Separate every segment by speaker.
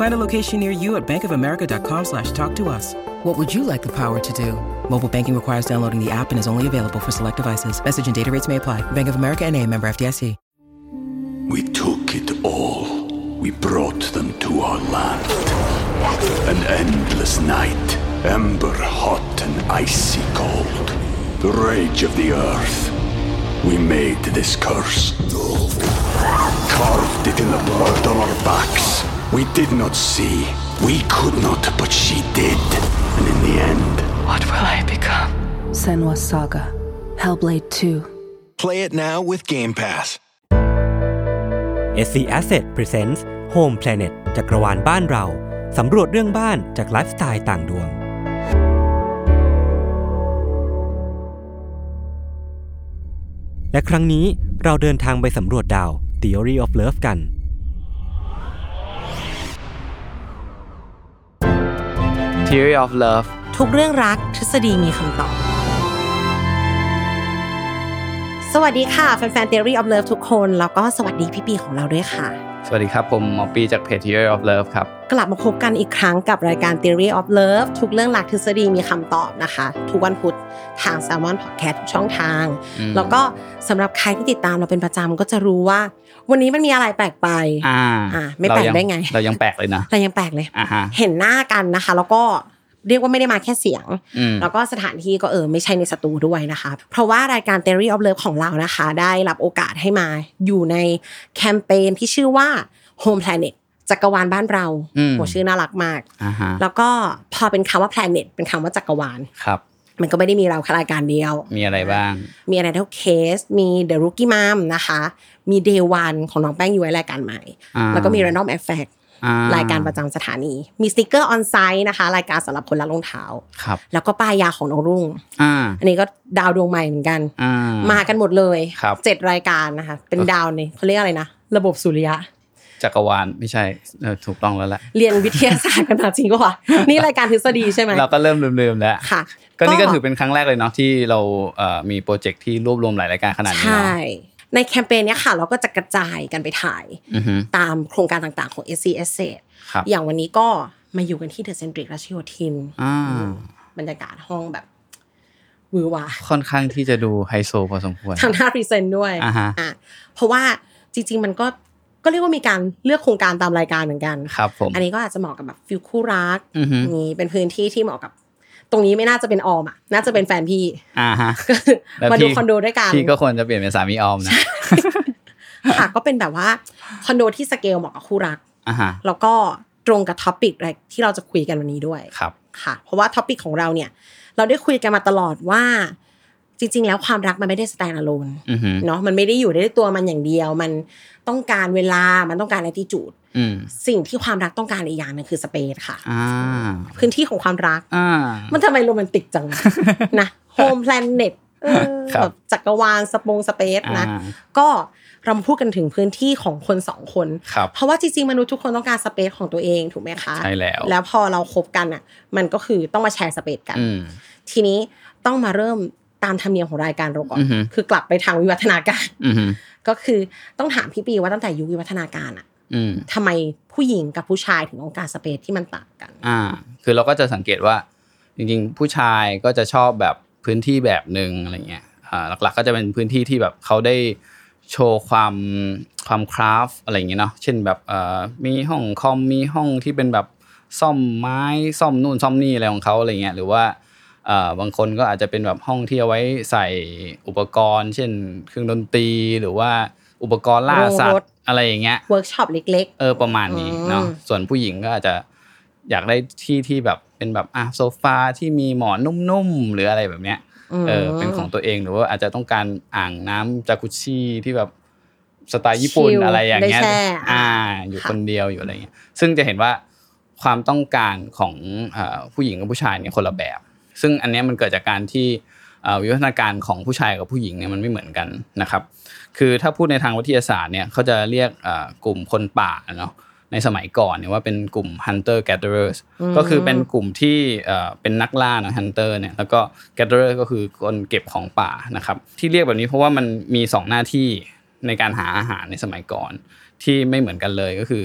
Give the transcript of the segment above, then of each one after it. Speaker 1: Find a location near you at bankofamerica.com slash talk to us. What would you like the power to do? Mobile banking requires downloading the app and is only available for select devices. Message and data rates may apply. Bank of America and a member FDIC.
Speaker 2: We took it all. We brought them to our land. An endless night, ember hot and icy cold. The rage of the earth. We made this curse. Carved it in the blood on our backs. We did not see. We could not, but she did. And in the end,
Speaker 3: What will I become?
Speaker 4: Senwa Saga, Hellblade 2.
Speaker 5: Play it now with Game Pass.
Speaker 6: SC Asset Presents Home Planet จักรวาลบ้านเรา สำรวจเรื่องบ้านจากไลฟ์สไตล์ต่างดวง และครั้งนี้เราเดินทางไปสำรวจดาว Theory of Love กัน
Speaker 7: Theory of Love
Speaker 8: ทุกเรื่องรักทฤษฎีมีคำตอบ สวัสดีค่ะ แฟนๆ Theory of Love ทุกคน แล้วก็สวัสดีพี่ปีของเราด้วยค่ะ
Speaker 7: สวัสดีครับ ผมหมอปีจากเพจ Theory of Love ครับ
Speaker 8: กลับมาพบกันอีกครั้งกับรายการ Theory of Love ทุกเรื่องรักทฤษฎีมีคำตอบนะคะ ทุกวันพุธทาง Salmon Podcast ทุกช่องทาง
Speaker 7: อืม
Speaker 8: แล้วก็สำหรับใครที่ติดตามเราเป็นประจำก็จะรู้ว่า วันนี้มันมีอะไรแปลกไป
Speaker 7: อ่า
Speaker 8: อ่าไม่แปลก
Speaker 7: เรายัง
Speaker 8: ได้ไง
Speaker 7: เรายังแปลกเลยนะ
Speaker 8: เรายังแปลกเลย
Speaker 7: อ่าฮะ
Speaker 8: เห็นหน้ากันนะคะ แล้วก็เรียกว่าไม่ได้มาแค่เสียง
Speaker 7: อืม
Speaker 8: แล้วก็สถานที่ก็เออไม่ใช่ในสตูด้วยนะคะ เพราะว่ารายการ Theory of Love ของเรานะคะ ได้รับโอกาสให้มาอยู่ในแคมเปญที่ชื่อว่า Home Planet จักรวาลบ้านเรา
Speaker 7: อืม
Speaker 8: โหชื่อน่ารักมาก
Speaker 7: อ่าฮะ
Speaker 8: แล้วก็พอเป็นคำว่า planet เป็นคำว่าจักรวาล
Speaker 7: ครับ
Speaker 8: มันก็ไม่ได้มีเราแค่รายการเดียว
Speaker 7: มีอะไรบ้าง
Speaker 8: มีอะไรเท่าเคส มี The Rookie Mom นะคะ มี Day One ของน้องแป้งอยู่ในรายการใหม่
Speaker 7: อ่า
Speaker 8: แล้วก็มี Random Effect
Speaker 7: อ่
Speaker 8: รายการประจำสถานี มีสติกเกอร์ออนไซต์นะคะ รายการสำหรับคนรักรองเท้า
Speaker 7: ครับ
Speaker 8: แล้วก็ป้ายยาของน้องรุ่ง
Speaker 7: อ่า
Speaker 8: อันนี้ก็ดาวดวงใหม่เหมือนกัน
Speaker 7: อ่า
Speaker 8: มากันหมดเลย
Speaker 7: ครับ
Speaker 8: เจ็ดรายการนะคะ เป็นดาวในเขาเรียกอะไรนะ ระบบสุริยะ
Speaker 7: จักรวาลไม่ใช่เออถูกต้องแล้วแหละ
Speaker 8: เรียนวิทยาศาสตร์กันมาจริงก็ ว่ะนี่รายการทฤษฎีใช่ไหม
Speaker 7: เราก็เริ่มลืมๆแล้ว
Speaker 8: ค่ะ
Speaker 7: ก็นี่ก็ถือเป็นครั้งแรกเลยเนาะที่เราเอ่อมีโปรเจกต์ที่รวบรวมหลายรายการขนาดนี้
Speaker 8: ใช่
Speaker 7: เนาะ
Speaker 8: ในแคมเปญเนี้ยค่ะ เราก็จะกระจายกันไปถ่าย
Speaker 7: อือฮึ
Speaker 8: ตามโครงการต่างๆของ s c s
Speaker 7: ครับ
Speaker 8: อย่างวันนี้ก็มาอยู่กันที่เดอะเซนทริกรัชโยธิน
Speaker 7: อ่า
Speaker 8: บรรยากาศห้องแบบหวือหวา
Speaker 7: ค่อนข้างที่จะดูไฮโซพอสมควร
Speaker 8: ทางหน้าพรีเซนต์ด้วย
Speaker 7: อ่าฮะ
Speaker 8: อ่ะเพราะว่าจริง ๆ มันก็ก็เรียกว่ามีการเลือกโครงการตามรายการเหมือนกัน
Speaker 7: ครับผม
Speaker 8: อันนี้ก็อาจจะเหมาะกับแบบฟิลคู่รัก
Speaker 7: อือฮึ
Speaker 8: นี่เป็นพื้นที่ที่เหมาะกับ ตรงนี้ไม่น่าจะเป็นออมอ่ะน่าจะเป็นแฟนพี่
Speaker 7: อ่าฮะ
Speaker 8: ก็คือ
Speaker 7: แล้ว
Speaker 8: มาดู
Speaker 7: พี่
Speaker 8: คอนโดด้วยกัน
Speaker 7: พี่ก็ควรจะเปลี่ยนเป็นสามีออมนะ
Speaker 8: ค่ะก็เป็นแบบว่าคอนโดที่สเกลเหมาะกับคู่รัก
Speaker 7: อ่าฮะ
Speaker 8: แล้วก็ตรงกับท็อปิกอะไรที่เราจะคุยกันวันนี้ด้วย
Speaker 7: ครับ
Speaker 8: ค่ะ เพราะว่าท็อปิกของเราเนี่ย เราได้คุยกันมาตลอดว่า จริง ๆ แล้วความรักมันไม่ได้ stand alone
Speaker 7: อือฮึ
Speaker 8: เนาะมันไม่ได้อยู่ได้ด้วยตัวมันอย่างเดียว มันต้องการเวลามันต้องการ attitude
Speaker 7: อืม
Speaker 8: สิ่งที่ความรักต้องการอีกอย่างหนึงคือสเปซค่ะ
Speaker 7: อ่า
Speaker 8: พื้นที่ของความรัก
Speaker 7: อ่า
Speaker 8: มันทำไมโรแมนติกจัง นะ โฮมแพลเน็ต
Speaker 7: ครับ
Speaker 8: แบบจักรวาลสปงสเปซนะ
Speaker 7: อ่า
Speaker 8: ก็เรามาพูดกันถึงพื้นที่ของคนสองคน
Speaker 7: ครับ
Speaker 8: เพราะว่าจริงๆ มนุษย์ทุกคนต้องการสเปซของตัวเองถูกไหมคะ
Speaker 7: ใช่แล้ว
Speaker 8: แล้วพอเราคบกันอ่ะ มันก็คือต้องมาแชร์สเปซกัน
Speaker 7: อืม
Speaker 8: ทีนี้ต้องมาเริ่มตามธรรมเนียมของรายการเราก่อน
Speaker 7: อือฮึ
Speaker 8: คือกลับไปทางวิวัฒนาการ
Speaker 7: อืม
Speaker 8: ก็คือต้องถามพี่ปีว่าตั้งแต่ยุควิวัฒนาการอะ
Speaker 7: อืม
Speaker 8: ทำไมผู้หญิงกับผู้ชายถึงองการสเปซที่มันต่างกัน
Speaker 7: อ่า คือเราก็จะสังเกตว่า จริงๆ ผู้ชายก็จะชอบแบบพื้นที่แบบหนึ่งอะไรเงี้ย อ่า หลักๆ ก็จะเป็นพื้นที่ที่แบบเขาได้โชว์ความความคราฟอะไรเงี้ยเนาะ เช่นแบบเอ่อมีห้องคอม มีห้องที่เป็นแบบซ่อมไม้ ซ่อมนู่นซ่อมนี่อะไรของเขาอะไรเงี้ย หรือว่า เอ่อบางคนก็อาจจะเป็นแบบห้องที่เอาไว้ใส่อุปกรณ์ เช่น เครื่องดนตรีหรือว่าอุปกรณ์ล่าสัต
Speaker 8: โรงรถ
Speaker 7: ว์อะไรอย่างเงี้ย
Speaker 8: เวิร์กช็อปเล็ก
Speaker 7: เออประมาณนี้
Speaker 8: อืม
Speaker 7: เนาะส่วนผู้หญิงก็อาจจะอยากได้ที่ที่แบบเป็นแบบอ่ะโซฟาที่มีหมอนนุ่มๆหรืออะไรแบบเนี้ย
Speaker 8: ๆม
Speaker 7: เออเป็นของตัวเองหรือว่าอาจจะต้องการอ่างน้ำจากุชชี่ที่แบบสไตล์ญี่ปุ่น
Speaker 8: ชิล
Speaker 7: อะไรอย่างเงี้ย
Speaker 8: ได้แช่
Speaker 7: อ่า อยู่
Speaker 8: ค่ะ
Speaker 7: คนเดียวอยู่อะไรเงี้ยซึ่งจะเห็นว่าความต้องการของเอ่อผู้หญิงกับผู้ชายเนี่ยคนละแบบ ซึ่งอันเนี้ยมันเกิดจากการที่ อ่าวิวัฒนาการของผู้ชายกับผู้หญิงเนี่ยมันไม่เหมือนกันนะครับ คือถ้าพูดในทางวิทยาศาสตร์เนี่ยเขาจะเรียกอ่ากลุ่มคนป่าเนาะในสมัยก่อนเนี่ยว่าเป็นกลุ่ม hunter gatherers ก็คือเป็นกลุ่มที่เอ่อเป็นนักล่าเนอะ hunter เนี่ยแล้วก็ gatherer ก็คือคนเก็บของป่านะครับที่เรียกแบบนี้เพราะว่ามันมีสองหน้าที่ในการหาอาหารในสมัยก่อน ที่ไม่เหมือนกันเลยก็คือ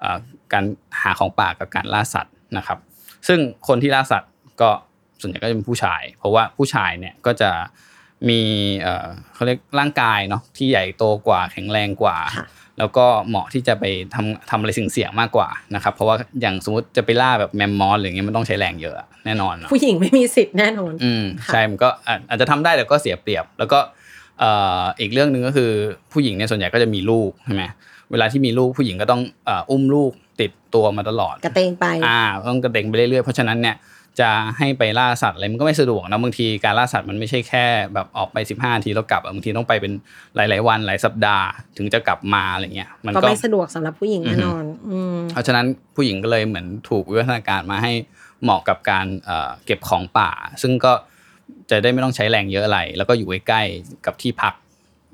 Speaker 7: เอ่อการหาของป่ากับการล่าสัตว์นะครับ ซึ่งคนที่ล่าสัตว์ก็ส่วนใหญ่ก็จะเป็นผู้ชาย เพราะว่าผู้ชายเนี่ยก็จะมีเอ่อเขาเรียกร่างกายเนาะที่ใหญ่โตกว่าแข็งแรงกว่า
Speaker 8: ค่ะ
Speaker 7: แล้วก็เหมาะที่จะไปทำทำอะไรสิ่งเสี่ยงๆมากกว่านะครับ เพราะว่าอย่างสมมติจะไปล่าแบบแมมมอสหรืออย่างเงี้ยมันต้องใช้แรงเยอะอะแน่นอนเนอะ
Speaker 8: ผู้หญิงไม่มีสิทธิ์แน่นอน
Speaker 7: อืม
Speaker 8: ค่ะ
Speaker 7: ใช่มันก็อาจอาจจะทำได้แต่ก็เสียเปรียบ แล้วก็เอ่ออีกเรื่องหนึ่งก็คือผู้หญิงเนี่ยส่วนใหญ่ก็จะมีลูกใช่ไหมเวลาที่มีลูกผู้หญิงก็ต้องเอ่ออุ้มลูกติดตัวมาตลอด
Speaker 8: กระเตงไป
Speaker 7: อ่าต้องกระเตงไปเรื่อยๆเพราะฉะนั้นเนี่ยจะให้ไปล่าสัตว์อะไรมันก็ไม่สะดวกนะบางทีการล่าสัตว์มันไม่ใช่แค่แบบออกไป 15นาทีแล้วกลับอะบางทีต้องไปเป็นหลาย ๆ วันหลายสัปดาห์ถึงจะกลับมาอะไรเงี้ยมัน
Speaker 8: ก็
Speaker 7: ก็
Speaker 8: ไม่สะดวกสำหรับผู้หญิงแน่นอน อืม
Speaker 7: เพราะฉะนั้นผู้หญิงก็เลยเหมือนถูกวิวัฒนาการมาให้เหมาะกับการเอ่อเก็บของป่า ซึ่งก็จะได้ไม่ต้องใช้แรงเยอะอะไร แล้วก็อยู่ใกล้ๆกับที่พัก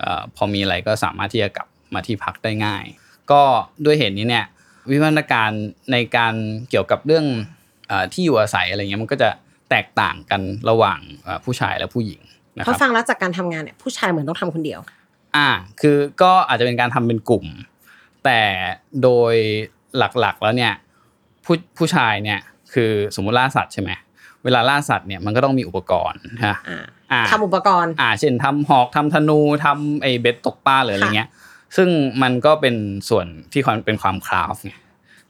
Speaker 7: เออพอมีอะไรก็สามารถที่จะกลับมาที่พักได้ง่าย ก็ด้วยเหตุนี้เนี่ยวิวัฒนาการในการเกี่ยวกับเรื่องเออที่อยู่อาศัยอะไรเงี้ยมันก็จะแตกต่างกันระหว่างเอ่อผู้ชายและผู้หญิงนะค
Speaker 8: เพราะ
Speaker 7: รับ
Speaker 8: ฟังแล้วจากการทำงานเนี่ยผู้ชายเหมือนต้องทำคนเดียว
Speaker 7: อ่าคือก็อาจจะเป็นการทำเป็นกลุ่ม แต่โดยหลักๆแล้วเนี่ยผู้ผู้ชายเนี่ยคือสมมุติล่าสัตว์ใช่ไหมเวลาล่าสัตว์เนี่ยมันก็ต้องมีอุปกรณ์ฮะ
Speaker 8: อ่า
Speaker 7: อ่า
Speaker 8: ทำอุปกรณ์
Speaker 7: อ่าเช่นทำหอกทำธนูทำไอเบ็ดตกปลาหรืออะไรเงี้ย ซึ่งมันก็เป็นส่วนที่ความเป็นความคราฟต์ไง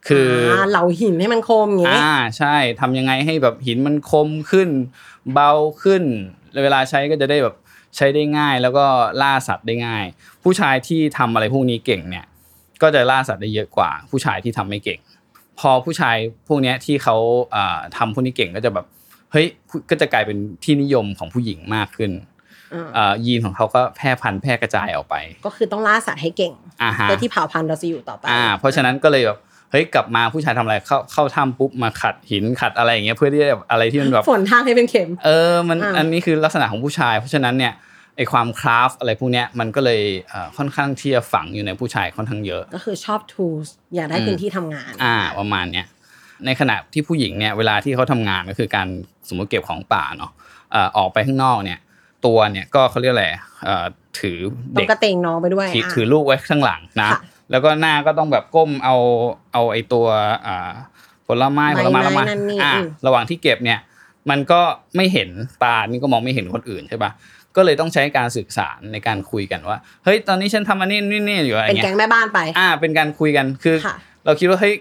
Speaker 7: คือ
Speaker 8: าเหลาหินให้มันคมอย่างงี้
Speaker 7: อ่าใช่ทำยังไงให้แบบหินมันคมขึ้น เบาขึ้น เวลาใช้ก็จะได้แบบใช้ได้ง่าย แล้วก็ล่าสัตว์ได้ง่าย ผู้ชายที่ทำอะไรพวกนี้เก่งเนี่ย ก็จะล่าสัตว์ได้เยอะกว่า ผู้ชายที่ทำไม่เก่ง พอผู้ชายพวกเนี้ยที่เขาอ่าทำพวกนี้เก่งก็จะแบบเฮ้ยก็จะกลายเป็นที่นิยมของผู้หญิงมากขึ้น
Speaker 8: อ่า
Speaker 7: อ่ายีนของเขาก็แพร่พันธุ์แพร่กระจายออกไป
Speaker 8: ก็คือต้องล่าสัตว์ให้เก่ง
Speaker 7: อ่าฮะ
Speaker 8: เพื่อที่เผ่าพันธุ์เราจะอยู่ต่อไป
Speaker 7: อ่าเพราะฉะนั้นก็เลยแบบเฮ้ยกลับมาผู้ชายทำอะไรเข้าเข้าถ้ำปุ๊บมาขัดหินขัดอะไรอย่างเงี้ยเพื่อที่จะแบบอะไรที่มันแบบ
Speaker 8: ฝนทางให้เป็นเข็ม
Speaker 7: เออมัน
Speaker 8: อ่า
Speaker 7: อันนี้คือลักษณะของผู้ชาย เพราะฉะนั้นเนี่ยไอความคราฟอะไรพวกเนี้ยมันก็เลยเอ่อค่อนข้างที่จะฝังอยู่ในผู้ชายค่อนข้างเยอะ
Speaker 8: ก็คือชอบ tools อยากได้พื้นที่ทำงาน
Speaker 7: อ่าประมาณเนี้ยในขณะที่ผู้หญิงเนี่ยเวลาที่เขาทำงานก็คือการสมมติเก็บของป่าเนาะเอ่อออกไปข้างนอกเนี่ยตัวเนี่ยก็เขาเรียกอะไรเอ่อถือ
Speaker 8: ต้อ
Speaker 7: เด็
Speaker 8: ง
Speaker 7: ก
Speaker 8: กระเตงน้องไปด้วย
Speaker 7: ถือ
Speaker 8: อ่ะ
Speaker 7: ถือลูกไว้ข้างหลังนะ
Speaker 8: ค่ะ
Speaker 7: แล้วก็หน้าก็ต้องแบบก้มเอาเอาไอ้ตัวอ่าผลไม้ผ
Speaker 8: ใบ
Speaker 7: ลไม้ผ
Speaker 8: ไม้
Speaker 7: ลไม้
Speaker 8: นั่นนี่
Speaker 7: อ่า
Speaker 8: อืม
Speaker 7: ระหว่างที่เก็บเนี่ย มันก็ไม่เห็นตานี่ก็มองไม่เห็นคนอื่นใช่ปะก็เลยต้องใช้การสื่อสารในการคุยกันว่า เฮ้ย ตอนนี้ฉันทำอันนี้นี่นี่อยู่อะไร
Speaker 8: เป็น
Speaker 7: เงี้
Speaker 8: แก๊
Speaker 7: ย
Speaker 8: งแม่บ้านไป
Speaker 7: อ่า เป็นการคุยกัน คือ
Speaker 8: ค่ะ
Speaker 7: เราคิดว่าเฮ้ย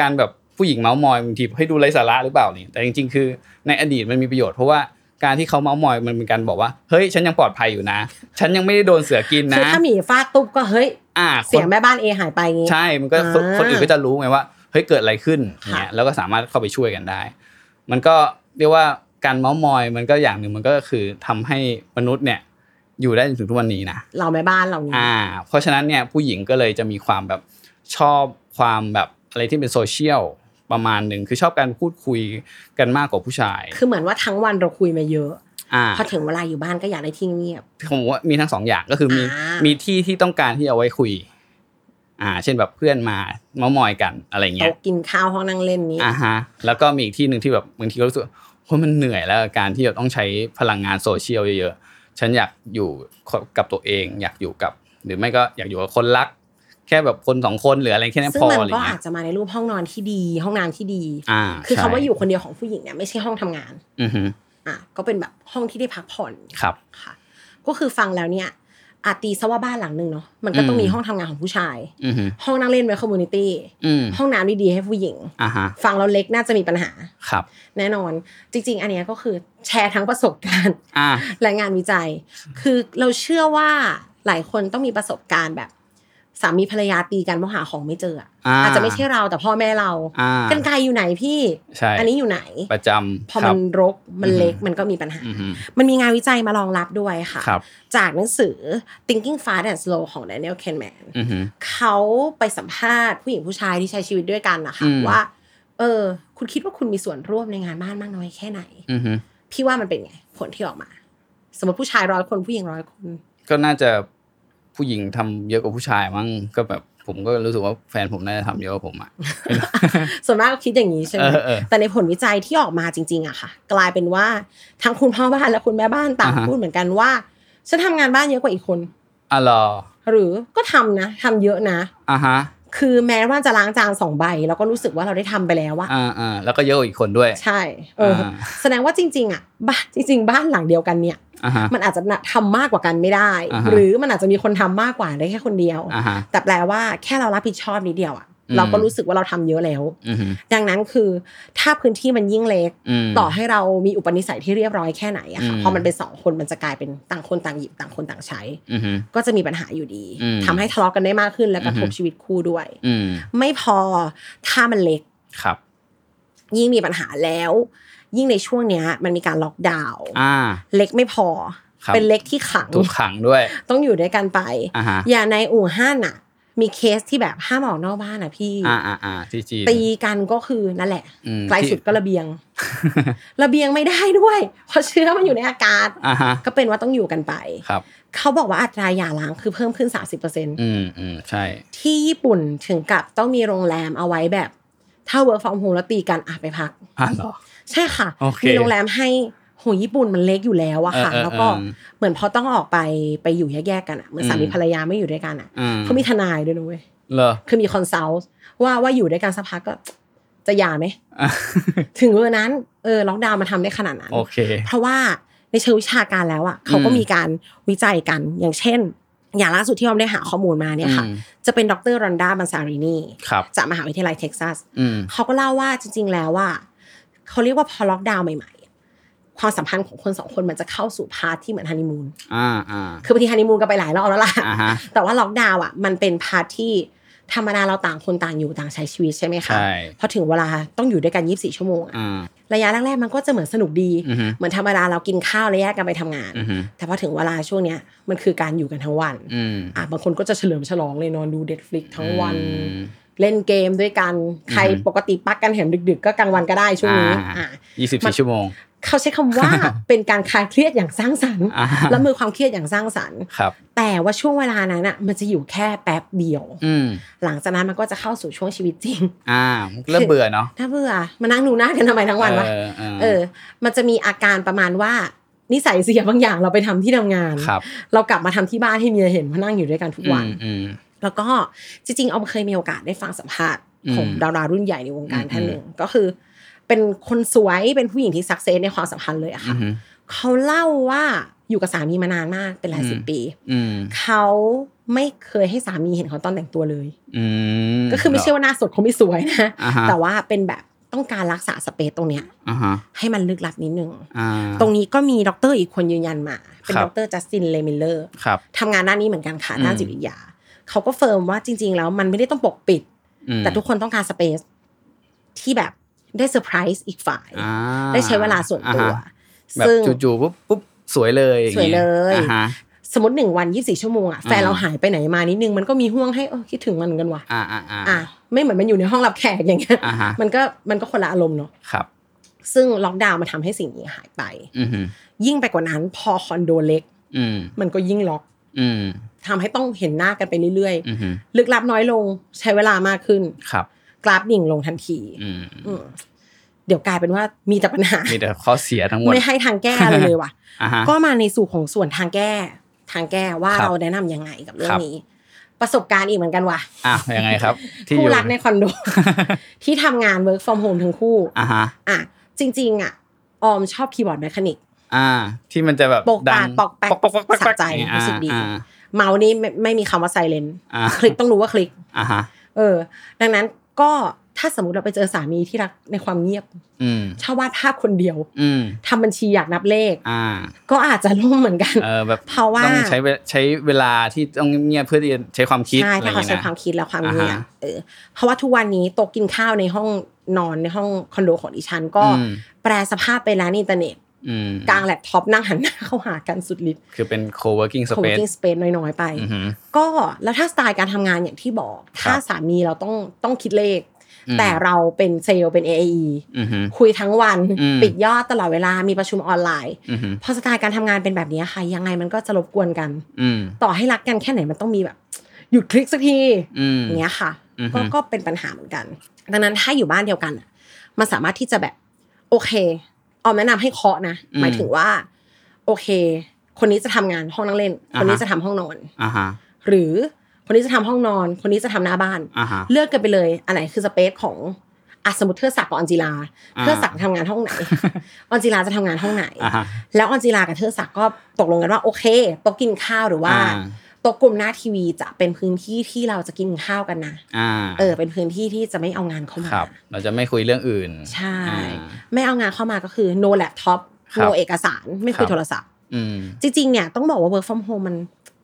Speaker 7: การแบบผู้หญิงเมาส์มอยบางทีให้ยดูไร้สาระหรือเปล่านี่แต่จริงๆ คือในอดีตมันมีประโยชน์เพราะว่าการที่เขาเมาส์มอยมันเป็นการบอกว่า เฮ้ย ฉันยังปลอดภัยอยู่นะ ฉันยังไม่ได้โดนเสือกินนะ
Speaker 8: คือถ้าหมีฟาดตุ๊บก็เฮ้ย
Speaker 7: อ่าคน
Speaker 8: เสียงแม่บ้านเอหายไปงี้
Speaker 7: ใช่ มันก็คน
Speaker 8: อ่า
Speaker 7: คนอื่นก็จะรู้ไงว่าเฮ้ยเกิดอะไรขึ้นอย่างเงี้ย
Speaker 8: ค่ะ
Speaker 7: แล้วก็สามารถเข้าไปช่วยกันได้ มันก็เรียกว่าการเมาส์มอยมันก็อย่างหนึ่งมันก็คือทำให้มนุษย์เนี่ยอยู่ได้จนถึงทุกวันนี้นะ
Speaker 8: เราแม่บ้านเรานี้
Speaker 7: อ่า เพราะฉะนั้นเนี่ยผู้หญิงก็เลยจะมีความแบบชอบความแบบอะไรที่เป็นโซเชียลประมาณหนึ่งคือชอบการพูดคุยกันมากกว่าผู้ชาย
Speaker 8: คือเหมือนว่าทั้งวันเราคุยมาเยอะ
Speaker 7: อ่า
Speaker 8: พอถึงเวลาอยู่บ้านก็อยากได้ที่เงียบ
Speaker 7: ผมว่ามีทั้งสองอย่างก็คือมี
Speaker 8: อ่ามี
Speaker 7: มีที่ที่ต้องการที่เอาไว้คุย อ่า เช่นแบบเพื่อนมาเมามอยกันอะไรเงี้ย
Speaker 8: โต๊ะกินข้าวห้องนั่งเล่นนี้
Speaker 7: อ่าฮะแล้วก็มีอีกที่หนึ่งที่แบบบางทีก็รู้สึกว่าโอ้ยมันเหนื่อยแล้วกับการที่แบบต้องใช้พลังงานโซเชียลเยอะๆ ฉันอยากอยู่กับตัวเอง อยากอยู่กับ หรือไม่ก็อยากอยู่กับคนรัก แค่แบบคนสองคนหรืออะไรแค่นั้น
Speaker 8: ซึ่ง
Speaker 7: พอ
Speaker 8: มัน
Speaker 7: อะไร
Speaker 8: ก็
Speaker 7: เงี้
Speaker 8: อายจจะมาในรูปห้องนอนที่ดี ห้องน้ำที่ดี
Speaker 7: อ่า
Speaker 8: คือคำ
Speaker 7: ใช่
Speaker 8: ว่าอยู่คนเดียวของผู้หญิงเนี่ยไม่ใช่ห้องทำงาน
Speaker 7: อือฮึ
Speaker 8: อ่ะก็เป็นแบบห้องที่ได้พักผ่อน
Speaker 7: ครับ
Speaker 8: ค่ะ ก็คือฟังแล้วเนี่ยอาจตีซะว่าบ้านหลังหนึ่งเนาะมันก็ต้อง
Speaker 7: อืม
Speaker 8: มีห้องทำงานของผู้ชาย
Speaker 7: อือฮึ
Speaker 8: ห้องนั่งเล่นไว้คอมมูนิตี้
Speaker 7: อืม
Speaker 8: ห้องน้ำดีๆให้ผู้หญิง
Speaker 7: อ่าฮะ
Speaker 8: ฟังเราเล็กน่าจะมีปัญหา
Speaker 7: ครับ
Speaker 8: แน่นอน จริง ๆ อันเนี้ยก็คือแชร์ทั้งประสบการณ์
Speaker 7: อ่า
Speaker 8: และงานวิจัย คือเราเชื่อว่าหลายคนต้องมีประสบการณ์แบบ สามีภรรยาตีกันเพราะหาของไม่เจออะ
Speaker 7: อ่า
Speaker 8: อาจจะไม่ใช่เราแต่พ่อแม่เรา
Speaker 7: อ่า
Speaker 8: กันไกลอยู่ไหนพี่
Speaker 7: ใช่
Speaker 8: อันนี้อยู่ไหน
Speaker 7: ประจำ
Speaker 8: พอ
Speaker 7: ค
Speaker 8: มั
Speaker 7: รับ
Speaker 8: นรกมัน
Speaker 7: อือฮึ
Speaker 8: เล็กมันก็มีปัญหา
Speaker 7: อือฮึ
Speaker 8: มันมีงานวิจัยมารองรับด้วยค่ะ
Speaker 7: ครับ
Speaker 8: จากหนังสือ Thinking Fast and Slow ของ Daniel Kahneman
Speaker 7: อือฮึ
Speaker 8: เขาไปสัมภาษณ์ผู้หญิงผู้ชายที่ใช้ชีวิตด้วยกันนะคะ
Speaker 7: อืม
Speaker 8: ว่า เออ คุณคิดว่าคุณมีส่วนร่วมในงานบ้านมากน้อยแค่ไหน
Speaker 7: อือฮึ
Speaker 8: พี่ว่ามันเป็นไง ผลที่ออกมา สมมติผู้ชายร้อยคนผู้หญิงร้อยคน
Speaker 7: ก็น่าจะผู้หญิงทำเยอะกว่าผู้ชายมั้งก็แบบผมก็รู้สึกว่าแฟนผมน่าจะทำเยอะกว่าผมอ่ะ
Speaker 8: ส่วนมากก็คิดอย่างนี้ใช่ไหม
Speaker 7: เออเออ
Speaker 8: แต่ในผลวิจัยที่ออกมาจริง ๆอะค่ะ กลายเป็นว่าทั้งคุณพ่อบ้านและคุณแม่บ้านต่าง
Speaker 7: อ่าฮะ
Speaker 8: พูดเหมือนกันว่าฉันทำงานบ้านเยอะกว่าอีกคน
Speaker 7: อ่ะเหรอ
Speaker 8: หรือก็ทำนะทำเยอะนะ
Speaker 7: อ่ะฮะ
Speaker 8: คือแม้ว่าจะล้างจานสองใบเราก็รู้สึกว่าเราได้ทำไปแล้วอะ
Speaker 7: อ่าอ่าแล้วก็เยอะกว่าอีกคนด้วย
Speaker 8: ใช่เอออา แสดงว่าจริงๆอะบ้านจริง ๆ บ้านหลังเดียวกันเนี่ย
Speaker 7: อ่ะฮะ
Speaker 8: มันอาจจะทำมากกว่ากันไม่ได้
Speaker 7: อ่าฮะ
Speaker 8: หรือมันอาจจะมีคนทำมากกว่าได้แค่คนเดียว
Speaker 7: อ่ะฮะ
Speaker 8: แต่แปลว่าแค่เรารับผิดชอบนิดเดียวอะ
Speaker 7: อืม
Speaker 8: เราก็รู้สึกว่าเราทำเยอะแล้ว
Speaker 7: อืม
Speaker 8: ดังนั้นคือถ้าพื้นที่มันยิ่งเล็ก
Speaker 7: อืม
Speaker 8: ต่อให้เรามีอุปนิสัยที่เรียบร้อยแค่ไหนอะค่ะ
Speaker 7: อืม
Speaker 8: พอมันเป็นสองคนมันจะกลายเป็นต่างคนต่างหยิบต่างคนต่างใช้
Speaker 7: อืม
Speaker 8: ก็จะมีปัญหาอยู่ดี
Speaker 7: อืม
Speaker 8: ทำให้ทะเลาะกันได้มากขึ้นและกระทบ
Speaker 7: อือฮึ
Speaker 8: ชีวิตคู่ด้วย
Speaker 7: อืม
Speaker 8: ไม่พอถ้ามันเล็ก
Speaker 7: ครับ
Speaker 8: ยิ่งมีปัญหาแล้ว ยิ่งในช่วงเนี้ย มันมีการล็อกดาวน์
Speaker 7: อ่า
Speaker 8: เล็กไม่พอ
Speaker 7: ครับ
Speaker 8: เป็นเล็กที่ขัง
Speaker 7: ถูกขังด้วย
Speaker 8: ต้องอยู่ด้วยกันไป
Speaker 7: อ่าฮะ
Speaker 8: อย่าในอู่ห้านอะมีเคสที่แบบห้ามออกนอกบ้านอะพี่
Speaker 7: อ่าอ่าอ่าที่จีน
Speaker 8: ตีกันก็คือนั่นแหละ
Speaker 7: อืม
Speaker 8: ไกล
Speaker 7: ที่
Speaker 8: สุดก็ระเบียง ระเบียงไม่ได้ด้วย เพราะเชื้อมันอยู่ในอากาศ
Speaker 7: อ่าฮะ
Speaker 8: ก็เป็นว่าต้องอยู่กันไป
Speaker 7: ครับ
Speaker 8: เขาบอกว่าอัตราหย่าร้างคือเพิ่มขึ้น 30%
Speaker 7: อืมอืมใช่
Speaker 8: ที่ญี่ปุ่นถึงกับต้องมีโรงแรมเอาไว้แบบ ถ้า work from home แล้วตีกันอ่ะไปพัก
Speaker 7: อ่ะเหรอ
Speaker 8: ใช่ค่ะ
Speaker 7: โอเค
Speaker 8: มีโรงแรมให้โหญี่ปุ่นมันเล็กอยู่แล้วอะค่ะ
Speaker 7: เออเออ
Speaker 8: แล้วก็
Speaker 7: เออ
Speaker 8: เหมือนพอต้องออกไปไปอยู่แยกๆกันอะเหมือนสามี
Speaker 7: อืม
Speaker 8: ภรรยาไม่อยู่ด้วยกันอะ
Speaker 7: อืม
Speaker 8: เขามีทนายด้วยนะเว้ย
Speaker 7: เหรอ
Speaker 8: คือมีคอนซัลท์ว่าว่าอยู่ด้วยกันสักพักก็จะหย่าไหม
Speaker 7: อ่ะ
Speaker 8: ถึงเวลานั้นเออล็อกดาวน์มาทำได้ขนาดนั้น
Speaker 7: โอเค
Speaker 8: เพราะว่าในเชิงวิชาการแล้วอ่ะเขาก็มีการวิจัยกันอย่างเช่น อย่างล่าสุดที่ออมได้หาข้อมูลมาเนี่ยค่ะ
Speaker 7: อืม
Speaker 8: จะเป็นดรรอนดาบันซารินี
Speaker 7: ครับ
Speaker 8: จากมหาวิทยาลัยเท็กซัส
Speaker 7: อืม
Speaker 8: เขาก็เล่าว่าจริง ๆ แล้วว่าเขาเรียกว่าพอล็อกดาวน์ใหม่ๆอะความสัมพันธ์ของคนสองคนมันจะเข้าสู่พาร์ทที่เหมือนฮันนีมูน
Speaker 7: อ่าอ่า
Speaker 8: คือบางทีฮันนีมูนกันไปหลายรอบแล้วล่ะ
Speaker 7: อ่าฮะ
Speaker 8: แต่ว่าล็อกดาวน์อ่ะมันเป็นพาร์ทที่ธรรมดาเราต่างคนต่างอยู่ต่างใช้ชีวิตใช่ไหมคะ
Speaker 7: ใช่
Speaker 8: พอถึงเวลาต้องอยู่ด้วยกัน 24 ชั่วโมงอะ
Speaker 7: อ่า
Speaker 8: ระยะแรกๆมันก็จะเหมือนสนุกดี
Speaker 7: อืม
Speaker 8: เหมือนธรรมดาเรากินข้าวแล้วแยกกันไปทำงาน
Speaker 7: อืม
Speaker 8: แต่พอถึงเวลาช่วงเนี้ยมันคือการอยู่กันทั้งวัน
Speaker 7: อืม
Speaker 8: อ่ะบางคนก็จะเฉลิมฉลองเลยนอนดูเด็ดฟลิกทั้งวัน
Speaker 7: อืม
Speaker 8: เล่นเกมด้วยกันใคร
Speaker 7: อือฮึ
Speaker 8: ปกติปักกันแหมดึก ๆ ก็กลางวันก็ได้ช่วงนี้
Speaker 7: อ่า
Speaker 8: อ่ะ
Speaker 7: ยี่สิบสี่ชั่วโมง
Speaker 8: เขาใช้คำว่า เป็นการคลายเครียดอย่างสร้างสรรค์
Speaker 7: อ่า
Speaker 8: และมือความเครียดอย่างสร้างสรรค์
Speaker 7: ครับ
Speaker 8: แต่ว่าช่วงเวลานั้นอ่ะมันจะอยู่แค่แป๊บเดียว
Speaker 7: อืม
Speaker 8: หลังจากนั้นมันก็จะเข้าสู่ช่วงชีวิตจริง
Speaker 7: อ่าเริ่มเบื่อเนาะ
Speaker 8: ถ้าเบื่อมานั่งดูหน้ากันทำไมทั้งวันวะ
Speaker 7: เออเออ
Speaker 8: เออ มันจะมีอาการประมาณว่า นิสัยเสียบางอย่างเราไปทำที่ทำงาน
Speaker 7: ครับ
Speaker 8: เรากลับมาทำที่บ้านให้เมียเห็นมานั่งอยู่ด้วยกันทุกวัน
Speaker 7: อืมอืม
Speaker 8: แล้วก็จริงๆ เอาเคยมีโอกาสได้ฟังสัมภาษณ์ของ
Speaker 7: อืม
Speaker 8: ดารารุ่นใหญ่ในวงการ
Speaker 7: อืม
Speaker 8: ท่านหนึ่งก็คือ เป็นคนสวยเป็นผู้หญิงที่สักเซสในความสัมพันธ์เลยอะ
Speaker 7: อื
Speaker 8: ค่ะ
Speaker 7: ม
Speaker 8: เขาเล่าว่าอยู่กับสามีมานานมากเป็นหลายสิบปี
Speaker 7: อืม
Speaker 8: เขาไม่เคยให้สามีเห็นเขาตอนแต่งตัวเลย
Speaker 7: อืม
Speaker 8: ก็คือไม่ใช่ว่าหน้าสดเขาไม่สวยนะ
Speaker 7: อ่าฮะ
Speaker 8: แต่ว่าเป็นแบบต้องการรักษาสเปซตรงเนี้ย
Speaker 7: อ่าฮะ
Speaker 8: ให้มันลึกลับนิดนึง
Speaker 7: อ่า
Speaker 8: ตรงนี้ก็มีด็อกเตอร์อีกคนยืนยันมา เป็น
Speaker 7: ครับ
Speaker 8: ด็อกเตอร์จัสตินเลมิเลอร์
Speaker 7: ครับ
Speaker 8: ทำงานด้านนี้เหมือนกันค่ะ
Speaker 7: อืม
Speaker 8: ด้านจิตวิทยา เขาก็เฟิร์มว่าจริง ๆ แล้วมันไม่ได้ต้องปกปิด
Speaker 7: อืม
Speaker 8: แต่ทุกคนต้องการสเปซที่แบบได้เซอร์ไพรส์อีกฝ่าย
Speaker 7: อ่า
Speaker 8: ได้ใช้เวลาส่วนตัว
Speaker 7: อ่าฮะแบบ
Speaker 8: ซึ่ง
Speaker 7: จู่ๆปุ๊บปุ๊บสวยเลยอางงี้
Speaker 8: สวยเลย
Speaker 7: อ่าฮะ
Speaker 8: สมมติหนึ่งวันยี่สิบสี่ชั่วโมงอะแฟน
Speaker 7: อ่า
Speaker 8: เราหายไปไหนมานิดนึงมันก็มีห่วงให้เออคิดถึงมันเหมือนกันว่ะ
Speaker 7: อ่าอ่าอ่า
Speaker 8: อ่ะไม่เหมือนมันอยู่ในห้องรับแขกอย่างเงี้ย
Speaker 7: อ่าฮะ
Speaker 8: มันก็มันก็คนละอารมณ์เนาะ
Speaker 7: ครับ
Speaker 8: ซึ่งล็อกดาวน์มันทำให้สิ่งนี้หายไป
Speaker 7: อืม
Speaker 8: ยิ่งไปกว่านั้นพอคอนโดเล็ก
Speaker 7: อืม
Speaker 8: มันก็ยิ่งล็อก
Speaker 7: อืม
Speaker 8: ทำให้ต้องเห็นหน้ากันไปเรื่อย
Speaker 7: อืม
Speaker 8: ๆ ลึกลับน้อยลงใช้เวลามากขึ้น
Speaker 7: ครับ
Speaker 8: กราฟดิ่งลงทันที
Speaker 7: อืม
Speaker 8: อืมเดี๋ยวกลายเป็นว่ามีแต่ปัญหา
Speaker 7: มีแต่ข้อเสียทั้งหมด
Speaker 8: ไม่ให้ทางแก้อะไรเลยว่ะ
Speaker 7: อ่าฮะ
Speaker 8: ก็มาในสู่ของส่วนทางแก้ ทางแก้ว่า
Speaker 7: ครับ
Speaker 8: เราแนะนำยังไงกับเรื่อ
Speaker 7: ค
Speaker 8: ง
Speaker 7: รับ
Speaker 8: นี้ ประสบการณ์อีกเหมือนกันว่ะ
Speaker 7: อ่ะยังไงครับ ที่อ
Speaker 8: คู่
Speaker 7: ยู่
Speaker 8: รักในคอน โด ที่ทำงาน work from home ทั้งคู่
Speaker 7: อ่าฮะ
Speaker 8: อ่ะจริง ๆอ่ะออมชอบคีย์บอร์ดแมคานิก
Speaker 7: อ่า ที่มันจะแบบ
Speaker 8: โปก
Speaker 7: ดั
Speaker 8: ปาก
Speaker 7: ง
Speaker 8: ปอกแปก
Speaker 7: ปอกปอกปอก
Speaker 8: สะใจ
Speaker 7: อย่างเงี้ย
Speaker 8: รู้สึกดี
Speaker 7: อ่า
Speaker 8: เมาส์นี่ไม่ไม่มีคำว่าไซเลน
Speaker 7: อ่า
Speaker 8: คลิกต้องรู้ว่าคลิก
Speaker 7: อ่าฮะ
Speaker 8: เออ ดังนั้นก็ถ้าสมมติเราไปเจอสามีที่รักในความเงียบ
Speaker 7: อืม
Speaker 8: ชอบวาดภาพคนเดียว
Speaker 7: อืม
Speaker 8: ทำบัญชีอยากนับเลข
Speaker 7: อ่า
Speaker 8: ก็อาจจะล่มเหมือนกัน
Speaker 7: เออแบบ
Speaker 8: เพราะว่า
Speaker 7: ต้องใช้เวใช้เวลาที่ต้องเงียบๆเพื่อที่จะใช้ความคิด
Speaker 8: ใช่
Speaker 7: อะไร
Speaker 8: ถ้า
Speaker 7: อ
Speaker 8: เขา
Speaker 7: ย่าง
Speaker 8: ใช้
Speaker 7: เงี้ย
Speaker 8: ความ
Speaker 7: นะ
Speaker 8: คิดและความเงีย
Speaker 7: อ่า
Speaker 8: บ
Speaker 7: ฮะ
Speaker 8: เออเพราะว่าทุกวันนี้โต๊ะกินข้าวในห้องนอนในห้องคอนโดของดิฉัน ก็
Speaker 7: อืม
Speaker 8: แปลสภาพเป็นร้านอินเทอร์เน็ต
Speaker 7: อืม
Speaker 8: กลางแล็ปท็อปนั่งหันหน้าเข้าหากันสุดฤทธิ์
Speaker 7: คือเป็น co-working
Speaker 8: โคเว
Speaker 7: space
Speaker 8: กิ้งสเปซน้อยๆไป
Speaker 7: อือหือ
Speaker 8: ก็แล้วถ้าสไตล์การทำงานอย่างที่บอก ถ้า
Speaker 7: ครับ
Speaker 8: สามีเราต้องต้องคิดเลข
Speaker 7: อืม
Speaker 8: แต่เราเป็นเซลล์เป็น AAE
Speaker 7: อือฮึ
Speaker 8: คุยทั้งวัน
Speaker 7: อืม
Speaker 8: ปิดยอดตลอดเวลามีประชุมออนไลน์
Speaker 7: อือฮึ
Speaker 8: พอสไตล์การทำงานเป็นแบบนี้ค่ะ ยังไงมันก็จะรบกวนกัน
Speaker 7: อืม
Speaker 8: ต่อให้รักกันแค่ไหนมันต้องมีแบบ หยุดคลิกสักที
Speaker 7: อืม
Speaker 8: อย่างเงี้ยค่ะ
Speaker 7: อือฮึ
Speaker 8: ก็ก็เป็นปัญหาเหมือนกัน ดังนั้นถ้าอยู่บ้านเดียวกันอะมันสามารถที่จะแบบโอเคเอาแนะนำให้เคาะนะหมายถึงว่า โอเค คนนี้จะทำงานห้องนั่งเล่น คนนี้จะทำห้องนอน
Speaker 7: อ่าฮะ
Speaker 8: หรือคนนี้จะทำห้องนอน คนนี้จะทำหน้าบ้าน
Speaker 7: อ่าฮะ
Speaker 8: เลือกกันไปเลยอันไหนคือสเปซของอะสมมติเธอศักดิ์กับออนจิลา
Speaker 7: อ่า
Speaker 8: เธอศักดิ์ทำงานห้อง ไหน ออนจิลาจะทำงานห้องไหน
Speaker 7: อ่าฮะ
Speaker 8: แล้วออนจิลากับเธอศักดิ์ก็ตกลงกันว่าโอเคโต๊ะกินข้าวหรือว่า
Speaker 7: อ่
Speaker 8: โต๊ะกลุ่มหน้าทีวีจะเป็นพื้นที่ที่เราจะกินข้าวกันนะ
Speaker 7: อ่า
Speaker 8: เออเป็นพื้นที่ที่จะไม่เอางานเข้ามา
Speaker 7: ครับ เราจะไม่คุยเรื่องอื่น
Speaker 8: ใช่
Speaker 7: อ่า
Speaker 8: ไม่เอางานเข้ามาก็คือ no laptop
Speaker 7: ครับ
Speaker 8: no เอกสารไม่คุยโทรศัพท์
Speaker 7: อืม
Speaker 8: จริงๆเนี่ยต้องบอกว่า work from home มัน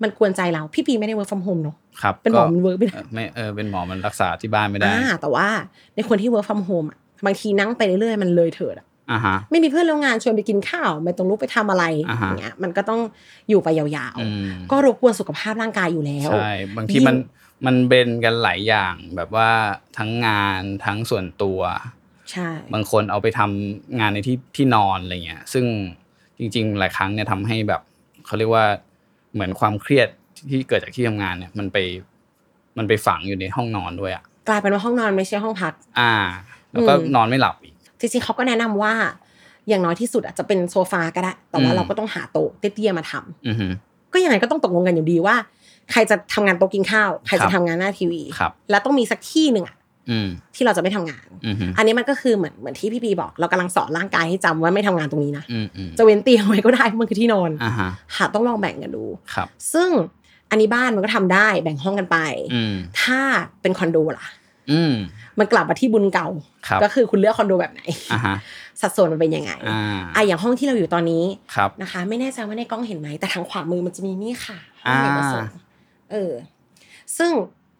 Speaker 8: มันกวนใจเราพี่ปีไม่ได้ work from home เนอะ
Speaker 7: ครับ
Speaker 8: เป็นหมอมัน work ไม่
Speaker 7: เอ
Speaker 8: ได้
Speaker 7: อไม่เออเป็นหมอมันรักษาที่บ้านไม่ได้
Speaker 8: อ่าแต่ว่าในคนที่ work from home อะบางทีนั่งไปเรื่อยๆมันเลยเถิดอะ
Speaker 7: อ่าฮะ
Speaker 8: ไม่มีเพื่อนร่วมงานชวนไปกินข้าว ไม่ต้องลุกไปทำอะไร
Speaker 7: อ่า
Speaker 8: อ
Speaker 7: ฮะ
Speaker 8: ย่างเงี้ยมันก็ต้องอยู่ไปยาว
Speaker 7: อืม
Speaker 8: ๆ ก็รบกวนสุขภาพร่างกายอยู่แล้ว
Speaker 7: ใช่บางที
Speaker 8: ยิ่ง
Speaker 7: มันมันเบนกันหลายอย่างแบบว่าทั้งงานทั้งส่วนตัว
Speaker 8: ใช่
Speaker 7: บางคนเอาไปทำงานในที่ที่นอนอะไรเงี้ยซึ่งจริง ๆ หลายครั้งเนี่ยทำให้แบบเขาเรียกว่าเหมือนความเครียดที่เกิดจากที่ทำงานเนี่ยมันไปมันไปฝังอยู่ในห้องนอนด้วยอ่ะ
Speaker 8: กลายเป็นว่าห้องนอนไม่ใช่ห้องพัก
Speaker 7: อ่า แล้วก็
Speaker 8: อืม
Speaker 7: นอนไม่หลับอีก
Speaker 8: จริงๆเขาก็แนะนำว่า อย่างน้อยที่สุดอาจจะเป็นโซฟาก็ได้ แต่ว่า
Speaker 7: อืม
Speaker 8: เราก็ต้องหาโต๊ะเตี้ยๆมาทำ
Speaker 7: อือฮึ
Speaker 8: ก็ยังไงก็ต้องตกลงกันอยู่ดีว่า ใครจะทำงานโต๊ะกินข้าว ใคร
Speaker 7: ครั
Speaker 8: จะ
Speaker 7: บ
Speaker 8: ทำงานหน้าทีวี
Speaker 7: ครับ
Speaker 8: และต้องมีสักที่หนึ่งอะ
Speaker 7: อืม
Speaker 8: ที่เราจะไม่ทำงาน
Speaker 7: อือฮึ
Speaker 8: อันนี้มันก็คือเหมือนเหมือนที่พี่ปีบอกเรากำลังสอนร่างกายให้จำว่าไม่ทำงานตรงนี้นะ
Speaker 7: อืมอืม
Speaker 8: จะเว้นเตียงไว้ก็ได้มันคือที่นอน
Speaker 7: อ่าฮะ
Speaker 8: หาต้องลองแบ่งกันดู
Speaker 7: ครับ
Speaker 8: ซึ่งอันนี้บ้านมันก็ทำได้แบ่งห้องกันไป
Speaker 7: อืม
Speaker 8: ถ้าเป็นคอนโดล่ะ
Speaker 7: อืม
Speaker 8: มันกลับมาที่บุญเก่า
Speaker 7: ครับ
Speaker 8: ก็คือคุณเลือกคอนโดแบบไหน
Speaker 7: อ่าฮะ
Speaker 8: สัดส่วนมันเป็นยังไง
Speaker 7: อ่า
Speaker 8: อ่ะอย่างห้องที่เราอยู่ตอนนี้
Speaker 7: ครับ
Speaker 8: นะคะ ไม่แน่ใจว่าในกล้องเห็นไหมแต่ทางขวามือมันจะมีนี่ค่ะห้
Speaker 7: อ่า
Speaker 8: องเอกสารเออ ซึ่ง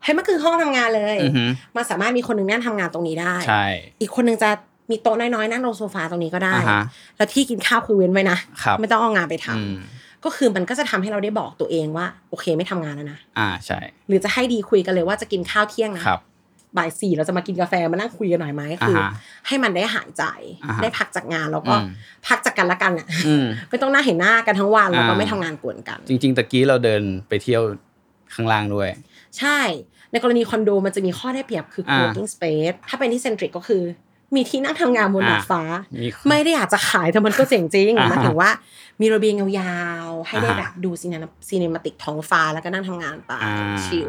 Speaker 8: เฮ้ยมันคือห้องทำงานเลย
Speaker 7: อือฮึ
Speaker 8: มันสามารถมีคนหนึงนั่งทำงานตรงนี้ได้
Speaker 7: ใช่
Speaker 8: อีกคนหนึงจะมีโต๊ะน้อยๆนั่งลงโซฟาตรงนี้ก็ได้
Speaker 7: อ่าฮะ
Speaker 8: แล้วที่กินข้าวคือเว้นไว้นะครับ ไม่ต้องเอางานไปทำ
Speaker 7: อืม
Speaker 8: ก็คือมันก็จะทำให้เราได้บอกตัวเองว่า โอเคไม่ทำงานแล้วนะ
Speaker 7: อ่าใช่
Speaker 8: หรือจะให้ดีคุยกันเลยว่าจะกินข้าวเที่ยงนะครับ บ่ายสี่เราจะมากินกาแฟมานั่งคุยกันหน่อยไหมคืออา
Speaker 7: ฮะ
Speaker 8: ให้มันได้หายใจ
Speaker 7: อ่าฮะ
Speaker 8: ได้พักจากงานแล้วก็
Speaker 7: อืม
Speaker 8: พักจากกันละกันอ่ะ
Speaker 7: อืม
Speaker 8: ไม่ต้องหน้าเห็นหน้ากันทั้งวันแล้วก็
Speaker 7: อ่า
Speaker 8: ไม่ทำงานกวนกัน
Speaker 7: จริง ๆตะกี้เราเดินไปเที่ยวข้างล่างด้วย
Speaker 8: ใช่ ในกรณีคอนโดมันจะมีข้อได้เปรียบคือ
Speaker 7: อ่า
Speaker 8: co-working space ถ้าเป็นที่เซนทริกก็คือ มีที่นั่งทำงานบนดาดฟ้า
Speaker 7: มี
Speaker 8: ไม่ได้อยากจะขายแต่มันก็เจ๋งจริง
Speaker 7: อ่า
Speaker 8: หมายถึงว่ามีระเบียงยาวๆให้ได้
Speaker 7: อ่าฮะ
Speaker 8: แบบดูซีนซีนิมาติกท้องฟ้าแล้วก็นั่งทำงานไป
Speaker 7: อ่า
Speaker 8: ชิล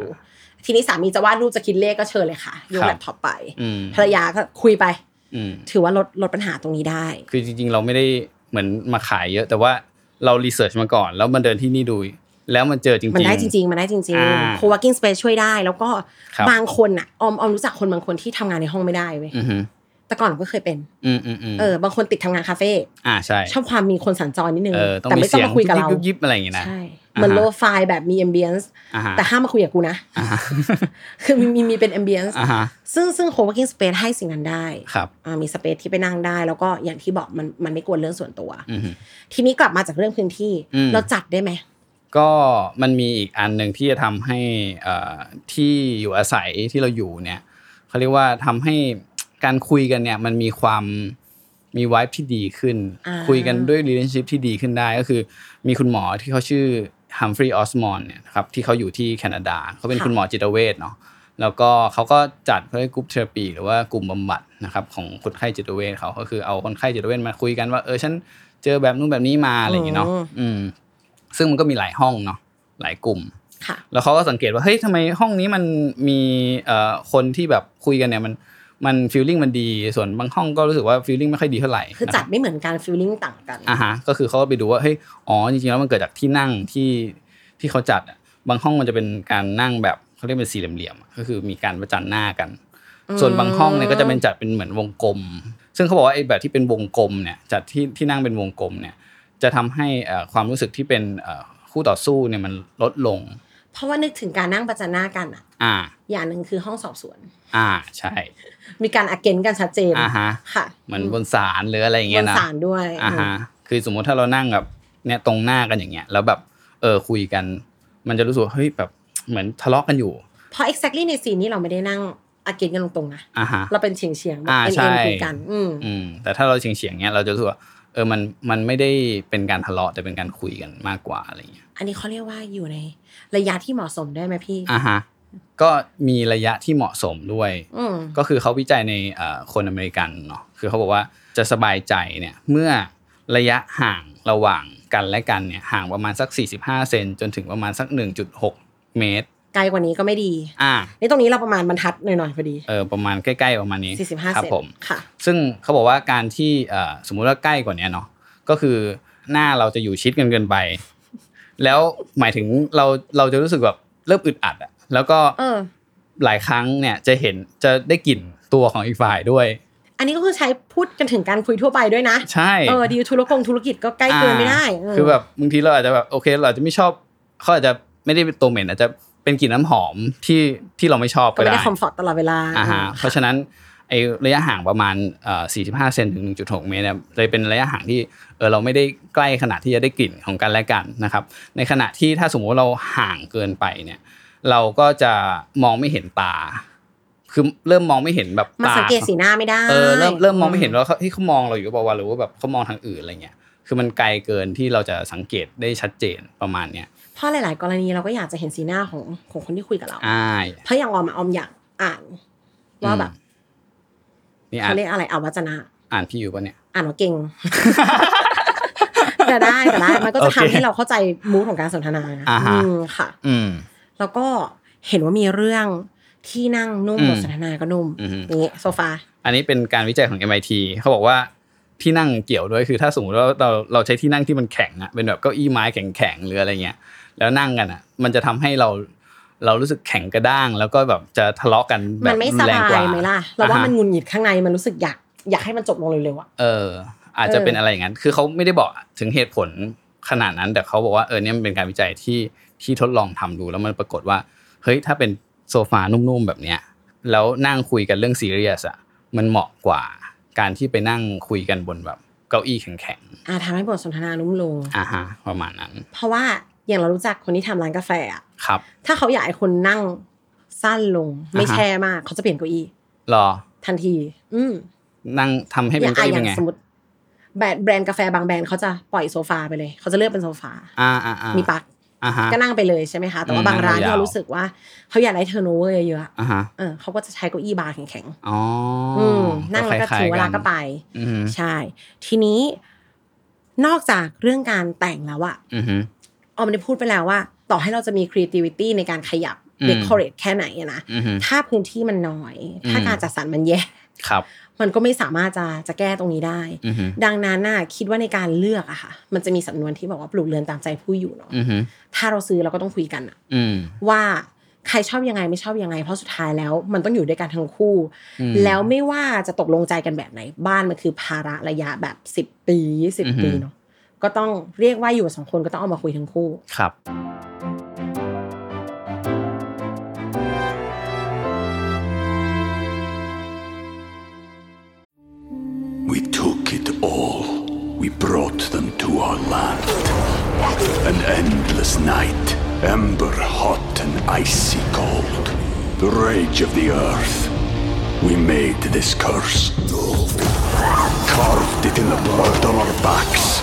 Speaker 8: ทีนี้สามีจะวาดรูปจะคิดเลขก็เชิญเลยค่ะย
Speaker 7: ค
Speaker 8: ก
Speaker 7: รับ
Speaker 8: แล็ปท็อปไป
Speaker 7: อืม
Speaker 8: ภรรยาก็คุยไป
Speaker 7: อืม
Speaker 8: ถือว่าลดลดปัญหาตรงนี้ได้
Speaker 7: คือจริง ๆ เราไม่ได้เหมือนมาขายเยอะ แต่ว่าเรารีเสิร์ชมาก่อน แล้วมันเดินที่นี่ดู แล้วมันเจอจริงๆ
Speaker 8: มันได้จริง ๆ มันได้จริง
Speaker 7: อ่า
Speaker 8: ๆ co-working space ช่วยได้ แล้วก็
Speaker 7: ครับ
Speaker 8: บางคนอ่ะออมออมรู้จักคนบางคนที่ทำงานในห้องไม่ได้เว้ย
Speaker 7: อืม
Speaker 8: แต่ก่อนก็เคยเป็น
Speaker 7: อืมอืมอืม
Speaker 8: เออบางคนติดทำงานคาเฟ่
Speaker 7: อ่าใช่
Speaker 8: ชอบความมีคนสัญจรนิดนึง
Speaker 7: เออต้อง
Speaker 8: แต่
Speaker 7: มี
Speaker 8: ไม่ต้อ
Speaker 7: เสี
Speaker 8: ง
Speaker 7: ยง
Speaker 8: มาคุยกับเรา
Speaker 7: ยิบยิบอะไรอย่างงี้นะ
Speaker 8: ใช่
Speaker 7: อ่าฮะ
Speaker 8: เหมือนโลไฟแบบมี ambience
Speaker 7: อ่าฮะ
Speaker 8: แต่ห้ามมาคุยกับกูนะ
Speaker 7: อ่าฮะ
Speaker 8: คือมีมีมีเป็น ambience
Speaker 7: อ่าฮะ
Speaker 8: ซึ่งซึ่ง co-working space ให้สิ่งนั้นได้
Speaker 7: ครับ
Speaker 8: อ่ามี space ที่ไปนั่งได้ แล้วก็อย่างที่บอกมันมันไม่กวนเรื่องส่วนตัว
Speaker 7: อืม
Speaker 8: ทีนี้กลับมาจากเรื่องพื้นที่
Speaker 7: อืม
Speaker 8: เราจัดได้ไหม
Speaker 7: ก็มันมีอีกอันหนึ่งที่จะทำให้เอ่อที่อยู่อาศัยที่เราอยู่เนี่ยเขาเรียกว่าทำให้การคุยกันเนี่ยมันมีความมีไวท์ที่ดีขึ้น
Speaker 8: อ่า
Speaker 7: คุยกันด้วย relationship ที่ดีขึ้นได้ก็คือมีคุณหมอที่เขาชื่อฮัมฟรีย์ออสมอนเนี่ยนะครับที่เขาอยู่ที่แคนาดาเขาเป็นคุณหมอจิตเวชเนาะแล้วก็เขาก็จัดเขาเรียกกลุ่มเทอราปีหรือว่ากลุ่มบำบัดนะครับของคนไข้จิตเวชเขาก็คือเอาคนไข้จิตเวชมาคุยกันว่าเออฉันเจอแบบนู้นแบบนี้มาอะไรอย่างเงี้ยเนาะอืม ซึ่งมันก็มีหลายห้องเนาะหลายกลุ่ม
Speaker 8: ค่ะ
Speaker 7: แล้วเขาก็สังเกตว่าเฮ้ยทำไมห้องนี้มันมีเอ่อคนที่แบบคุยกันเนี่ยมันมันฟีลลิ่งมันดี ส่วนบางห้องก็รู้สึกว่าฟีลลิ่งไม่ค่อยดีเท่าไหร่
Speaker 8: คือจัดไม่เหมือนกัน feeling ต่างกัน
Speaker 7: อ่ะฮะก็คือเขาก็ไปดูว่าเฮ้ยอ๋อจริงๆแล้วมันเกิดจากที่นั่งที่ที่เขาจัดอะบางห้องมันจะเป็นการนั่งแบบเขาเรียกเป็นสี่เหลี่ยมๆอะก็คือมีการประจันหน้ากัน ส่วนบางห้องเนี่ยก็จะเป็นจัดเป็นเหมือนวงกลม ซึ่งเขาบอกว่าไอ้แบบที่เป็นวงกลมเนี่ยจัดที่ที่นั่งเป็นวงกลมเนี่ย จะทำให้เอ่อความรู้สึกที่เป็นเอ่อคู่ต่อสู้เนี่ยมันลดลง
Speaker 8: เพราะว่านึกถึงการนั่งประจันหน้ากันอ่ะ
Speaker 7: อ่า
Speaker 8: อย่างหนึ่งคือห้องสอบสวน
Speaker 7: อ่า ใช่
Speaker 8: มีการอาเกนกันชัดเจน
Speaker 7: อ่าฮะ
Speaker 8: ค่ะ
Speaker 7: เหมือนบนศาลหรืออะไรอย่าง
Speaker 8: บ
Speaker 7: เงี้ย
Speaker 8: น
Speaker 7: นะ
Speaker 8: ศาลด้วย
Speaker 7: อ่าฮะ คือสมมติถ้าเรานั่งแบบเนี่ยตรงหน้ากันอย่างเงี้ย แล้วแบบ เออ คุยกัน มันจะรู้สึกว่าเฮ้ย แบบ เหมือนทะเลาะกันอยู่
Speaker 8: เพราะ exactly ในซีนนี้เราไม่ได้นั่ง อาเกนกันตรงๆนะ
Speaker 7: อ่าฮะ
Speaker 8: เราเป็นเฉียงเฉียงๆแบบ
Speaker 7: อ่า
Speaker 8: เอ็น
Speaker 7: ใช่
Speaker 8: เอ็นคุยกัน อืม
Speaker 7: อืมแต่ถ้าเราเฉียงเฉียงๆเนี้ยเราจะรู้สึกว่าเออมันมันไม่ได้เป็นการทะเลาะแต่เป็นการคุยกันมากกว่าอะไรเงี้ย
Speaker 8: อันนี้เขาเรียกว่าอยู่ในระยะที่เหมาะสมได้ไหมพี่
Speaker 7: อ่าฮะก็มีระยะที่เหมาะสมด้วย
Speaker 8: อืม
Speaker 7: ก็คือเขาวิจัยในเอ่อคนอเมริกันเนาะคือเขาบอกว่าจะสบายใจเนี่ยเมื่อระยะห่างระหว่างกันและกันเนี่ยห่างประมาณสัก 45 เซนจนถึงประมาณสัก 1.6 เมตร
Speaker 8: ไกลกว่านี้ก็ไม่ดี
Speaker 7: อ่า
Speaker 8: นี่ตรงนี้เราประมาณบรรทัดหน่อยๆพอดี
Speaker 7: เออประมาณใกล้ๆประมาณนี้
Speaker 8: สี่สิบห้า
Speaker 7: ครั
Speaker 8: เซน
Speaker 7: ผม
Speaker 8: ค่ะ
Speaker 7: ซึ่งเขาบอกว่าการที่เอ่อสมมุติว่าใกล้กว่าเนี้ยเนาะก็คือหน้าเราจะอยู่ชิดกันเกินไป แล้วหมายถึงเราเราจะรู้สึกแบบเริ่มอึดอัดอะแล้วก็
Speaker 8: เออ
Speaker 7: หลายครั้งเนี่ยจะเห็นจะได้กลิ่นตัวของอีกฝ่ายด้วย
Speaker 8: อันนี้ก็คือใช้พูดกันถึงการคุยทั่วไปด้วยนะ
Speaker 7: ใช่
Speaker 8: เออดีลธุรกงธุรกิจก็ใกล้เกินไม่ได้เ
Speaker 7: อ่าคือแบบบางทีเราอาจจะแบบโอเคเราอาจจะไม่ชอบเขาอาจจะไม่ได้เป็นตัวเหม็นอาจจะเป็นกลิ่นน้ำหอมที่ที่เราไม่ชอบ
Speaker 8: ก็
Speaker 7: ก็
Speaker 8: ไม่
Speaker 7: ได้
Speaker 8: ได้คอมฟอร์ตตลอดเวลา
Speaker 7: อ่าฮะเพราะฉะนั้นไอ้ระยะห่างประมาณเอ่อ45เซนถึง 1.6 เมตรเนี่ยเลยเป็นระยะห่างที่เออเราไม่ได้ใกล้ขนาดที่จะได้กลิ่นของกันและกันนะครับ ในขณะที่ถ้าสมมุติเราห่างเกินไปเนี่ย เราก็จะมองไม่เห็นตา คือเริ่มมองไม่เห็นแบบ
Speaker 8: มา
Speaker 7: ตา
Speaker 8: สังเกตสีหน้าไม่ได้
Speaker 7: เออเริ่มเริ่มมองไม่เห็นว่าเขาที่เขามองเราอยู่หรือเปล่าวะหรือว่าแบบเขามองทางอื่นอะไรเงี้ยคือมันไกลเกินที่เราจะสังเกตได้ชัดเจนประมาณเนี้ย
Speaker 8: เพราะหลาย ๆ กรณีเราก็อยากจะเห็นสีหน้าของของคนที่คุยกับเรา
Speaker 7: อ่าย
Speaker 8: เพราะอย่างออมอะออมอยากอ่าน ว่าแบบ
Speaker 7: อืมนี่อ่า
Speaker 8: เขา
Speaker 7: น
Speaker 8: เรียกอะไรอวัจนะ
Speaker 7: อ่านพี่อยู่ปะเนี่ย
Speaker 8: อ่านว่าเก่ง แต่ได้แต่ได้มันก็จะ
Speaker 7: โอเค
Speaker 8: ทำให้เราเข้าใจมูทของการสนทนานะ
Speaker 7: อ่าฮะ
Speaker 8: อืมค่ะ
Speaker 7: อืม
Speaker 8: แล้วก็เห็นว่ามีเรื่องที่นั่งนุ่ม
Speaker 7: อืม
Speaker 8: บทสนทนาก็นุ่ม
Speaker 7: อือฮึ
Speaker 8: นี่โซฟา
Speaker 7: อันนี้เป็นการวิจัยของ MIT เขาบอกว่าที่นั่งเกี่ยวด้วยคือถ้าสมมติว่าเราเราใช้ที่นั่งที่มันแข็งอะเป็นแบบเก้าอี้ไม้แข็งๆหรืออะไรเงี้ยแล้วนั่งกันอะมันจะทำให้เราเรารู้สึกแข็งกระด้าง แล้วก็แบบจะทะเลาะกันแบ
Speaker 8: มั
Speaker 7: บ
Speaker 8: นไม่ส
Speaker 7: แรง
Speaker 8: บาก
Speaker 7: ว่
Speaker 8: ยไหมล่ะเราว่า
Speaker 7: อ่ฮะ
Speaker 8: มันหงุนหงิดข้างในมันรู้สึกอยากอยากให้มันจบลงเร็วๆอ่ะ
Speaker 7: เอออาจจะ
Speaker 8: เออ
Speaker 7: เป็นอะไรอย่างนั้น คือเขาไม่ได้บอกถึงเหตุผลขนาดนั้น แต่เขาบอกว่าเออเนี่ยมันเป็นการวิจัยที่ที่ทดลองทำดูแล้วมันปรากฏว่าเฮ้ยถ้าเป็นโซฟานุ่มๆแบบเนี้ยแล้วนั่งคุยกันเรื่องซีเรียสอะมันเหมาะกว่าการที่ไปนั่งคุยกันบนแบบเก้าอี้แข็ง
Speaker 8: อ่าทำให้บทสนทนานุ่มลง
Speaker 7: ๆอ่าฮะประมาณนั้น
Speaker 8: เพราะว่าอย่างเรารู้จักคนที่ทำร้านกาแฟอะ
Speaker 7: ครับ
Speaker 8: ถ้าเขาอยากให้คนนั่งสั้นลง ไม่
Speaker 7: อ่าฮะ
Speaker 8: แช่มาก เขาจะเปลี่ยนเก้าอี้
Speaker 7: รอ
Speaker 8: ทันที อืม
Speaker 7: นั่งทำให้เป็นเก้าอี้
Speaker 8: อ
Speaker 7: เป็
Speaker 8: ย่าง
Speaker 7: นไง
Speaker 8: อ่ะอย่างสมมติแบรนด์แบรนด์กาแฟบางแบรนด์เขาจะปล่อยโซฟาไปเลย เขาจะเลือกเป็นโซฟา
Speaker 7: อ่าอ่าอ่า
Speaker 8: มีปลัก
Speaker 7: อ่าฮะ
Speaker 8: ก็นั่งไปเลยใช่ไหมคะแต่ว่า
Speaker 7: อืม
Speaker 8: บางร้าน
Speaker 7: นั่งยาว
Speaker 8: ที่เรารู้สึกว่าเขาอยากได้เทอร์โนเวอร์เยอะ
Speaker 7: อ่าฮะ
Speaker 8: ๆเออเขาก็จะใช้เก้าอี้บาร์แข็ง
Speaker 7: อ๋ออ
Speaker 8: ๆอืมนั่งแล้วก็
Speaker 7: คยๆ
Speaker 8: ถือเวลาก็ไป
Speaker 7: อือฮึ
Speaker 8: ใช่ ทีนี้นอกจากเรื่องการแต่งแล้วอะ
Speaker 7: อือฮึ
Speaker 8: ออมได้พูดไปแล้วว่า ต่อให้เราจะมี creativity ในการขยับ
Speaker 7: อืม
Speaker 8: decorate แค่ไหนอะนะ
Speaker 7: อือฮึ
Speaker 8: ถ้าพื้นที่มันน้อย ถ้า
Speaker 7: อืม
Speaker 8: การจัดสรรมันแย่
Speaker 7: ครับ
Speaker 8: มันก็ไม่สามารถจะจะแก้ตรงนี้ได้
Speaker 7: อือฮึ
Speaker 8: ดังนั้นน่ะคิดว่าในการเลือกอะค่ะ มันจะมีสำนวนที่บอกว่าปลูกเรือนตามใจผู้อยู่เนาะ
Speaker 7: อือฮึ
Speaker 8: ถ้าเราซื้อเราก็ต้องคุยกันอะ
Speaker 7: อืม
Speaker 8: ว่าใครชอบยังไงไม่ชอบยังไง เพราะสุดท้ายแล้ว มันต้องอยู่ด้วยกันทั้งคู่
Speaker 7: อืม
Speaker 8: แล้วไม่ว่าจะตกลงใจกันแบบไหน บ้านมันคือภาระระยะแบบสิบปียี่สิบ
Speaker 7: อือหือ
Speaker 8: ปีเนาะก็ต้องเรียกว่าอยู่สองคนก็ต้องเอามาคุยทั้งคู่
Speaker 7: ครับ
Speaker 2: We took it all. We brought them to our land. An endless night, ember hot and icy cold. The rage of the earth. We made this curse. Carved it in the blood on our backs.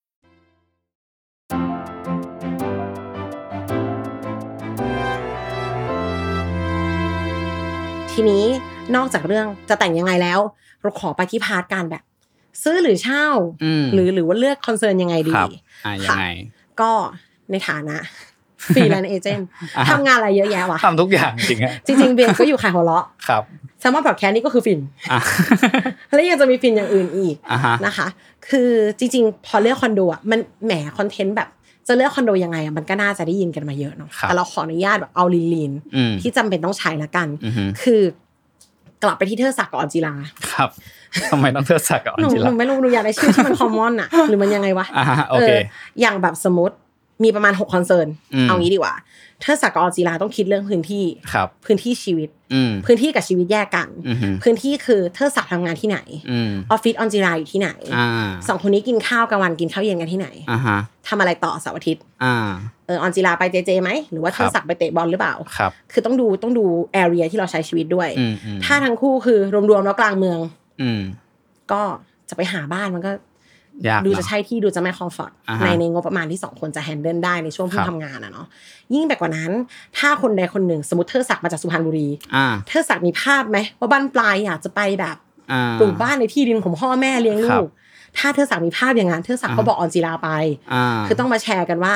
Speaker 8: ทีนี้นอกจากเรื่องจะแต่งยังไงแล้ว เราขอไปที่พาร์ทการแบบ ซื้อหรือเช่า
Speaker 7: อืม
Speaker 8: หรือหรือว่าเลือกคอนเซิร์นยังไงดี
Speaker 7: ครับอ่ะยังไง
Speaker 8: ก็ในฐานะ ฟรีแลนซ์เอเจนต์
Speaker 7: อ่าฮะ
Speaker 8: ทำงานอะไรเยอะแยะวะ
Speaker 7: ทำทุกอย่างจริงฮะ
Speaker 8: จริงๆเบียนก็อยู่ขายหัวเราะ
Speaker 7: ครับ
Speaker 8: แซมมอนพอดแคสต์นี่ก็คือฟิน
Speaker 7: อ่ะ
Speaker 8: แล้วยังจะมีฟินอย่างอื่นอีก
Speaker 7: อ่าฮะ
Speaker 8: นะคะ คือจริงๆ พอเลือกคอนโดอ่ะมันแหมคอนเทนต์แบบจะเลือกคอนโดยังไงอ่ะมันก็น่าจะได้ยินกันมาเยอะเนาะ
Speaker 7: ครับ
Speaker 8: แต่เราขออนุญาตแบบเอาลีน
Speaker 7: อืม
Speaker 8: ๆที่จำเป็นต้องใช้ละกัน
Speaker 7: อือฮึ
Speaker 8: คือกลับไปที่เทอศักดิ์กับออนจิลา
Speaker 7: ครับทำไมต้องเทดสักดิ์กับออ
Speaker 8: ห
Speaker 7: น
Speaker 8: นู
Speaker 7: จิ
Speaker 8: ห
Speaker 7: ลา
Speaker 8: นูไม่รู้หนูอยากได้ชื่อที่มันคอมมอนอ่ะ หรือมันยังไงวะ
Speaker 7: อ่าฮะโอเค
Speaker 8: อย่างแบบสมมติมีประมาณหกคอนเซิร์น
Speaker 7: อืม
Speaker 8: เอางี้ดีกว่าเทอศักดิ์กับออนจิลาต้องคิดเรื่องพื้นที่
Speaker 7: ครับ
Speaker 8: พื้นที่ชีวิต
Speaker 7: อืม
Speaker 8: พื้นที่กับชีวิตแยกกัน
Speaker 7: อือฮึ
Speaker 8: พื้นที่คือเทอศักดิ์ทำงานที่ไหน
Speaker 7: อืม
Speaker 8: ออฟฟิศออนจิราอยู่ที่ไหน
Speaker 7: อ่า
Speaker 8: สองคนนี้กินข้าวกลางวันกินข้าวเย็นกันที่ไหน
Speaker 7: อ่าฮะ
Speaker 8: ทำอะไรต่อเสาร์อาทิตย์
Speaker 7: อ่า
Speaker 8: เออออนจิราไปเจเจไหมหรือว่า
Speaker 7: ค
Speaker 8: เธ
Speaker 7: รับ
Speaker 8: อศักดิ์ไปเตะบอลหรือเปล่า
Speaker 7: ครับ
Speaker 8: คือต้องดูต้องดูแอเรียที่เราใช้ชีวิตด้วย
Speaker 7: อืมอืม
Speaker 8: ถ้าทั้งคู่คือรวมๆแล้วกลางเมือง
Speaker 7: อืม
Speaker 8: ก็จะไปหาบ้านมันก็
Speaker 7: ยาก
Speaker 8: ดู
Speaker 7: น
Speaker 8: จะใช่ที่ดูจะไม่คอมฟอร์ต
Speaker 7: อ่าฮะ
Speaker 8: ในในงบประมาณที่สองคนจะแฮนเดิลได้ในช่วง
Speaker 7: ค
Speaker 8: ที่
Speaker 7: รับ
Speaker 8: ทำงานอะเนาะยิ่งไปกว่านั้น ถ้าคนใดคนหนึ่งสมมติเธอศักดิ์มาจากสุพรรณบุรี
Speaker 7: อ่า
Speaker 8: เธอศักดิ์มีภาพไหมว่าบ้านปลายอยากจะไปแบบ
Speaker 7: อ่า
Speaker 8: ปลูกบ้านในที่ดินของพ่อแม่เลี้ยง
Speaker 7: ครั
Speaker 8: ลู
Speaker 7: บ
Speaker 8: ก ถ้าเธอสั่งมีภาพอย่างนั้น เธอสั่ง
Speaker 7: อ่า
Speaker 8: ก็บอกออนจีลาไป
Speaker 7: อ่า
Speaker 8: คือต้องมาแชร์กันว่า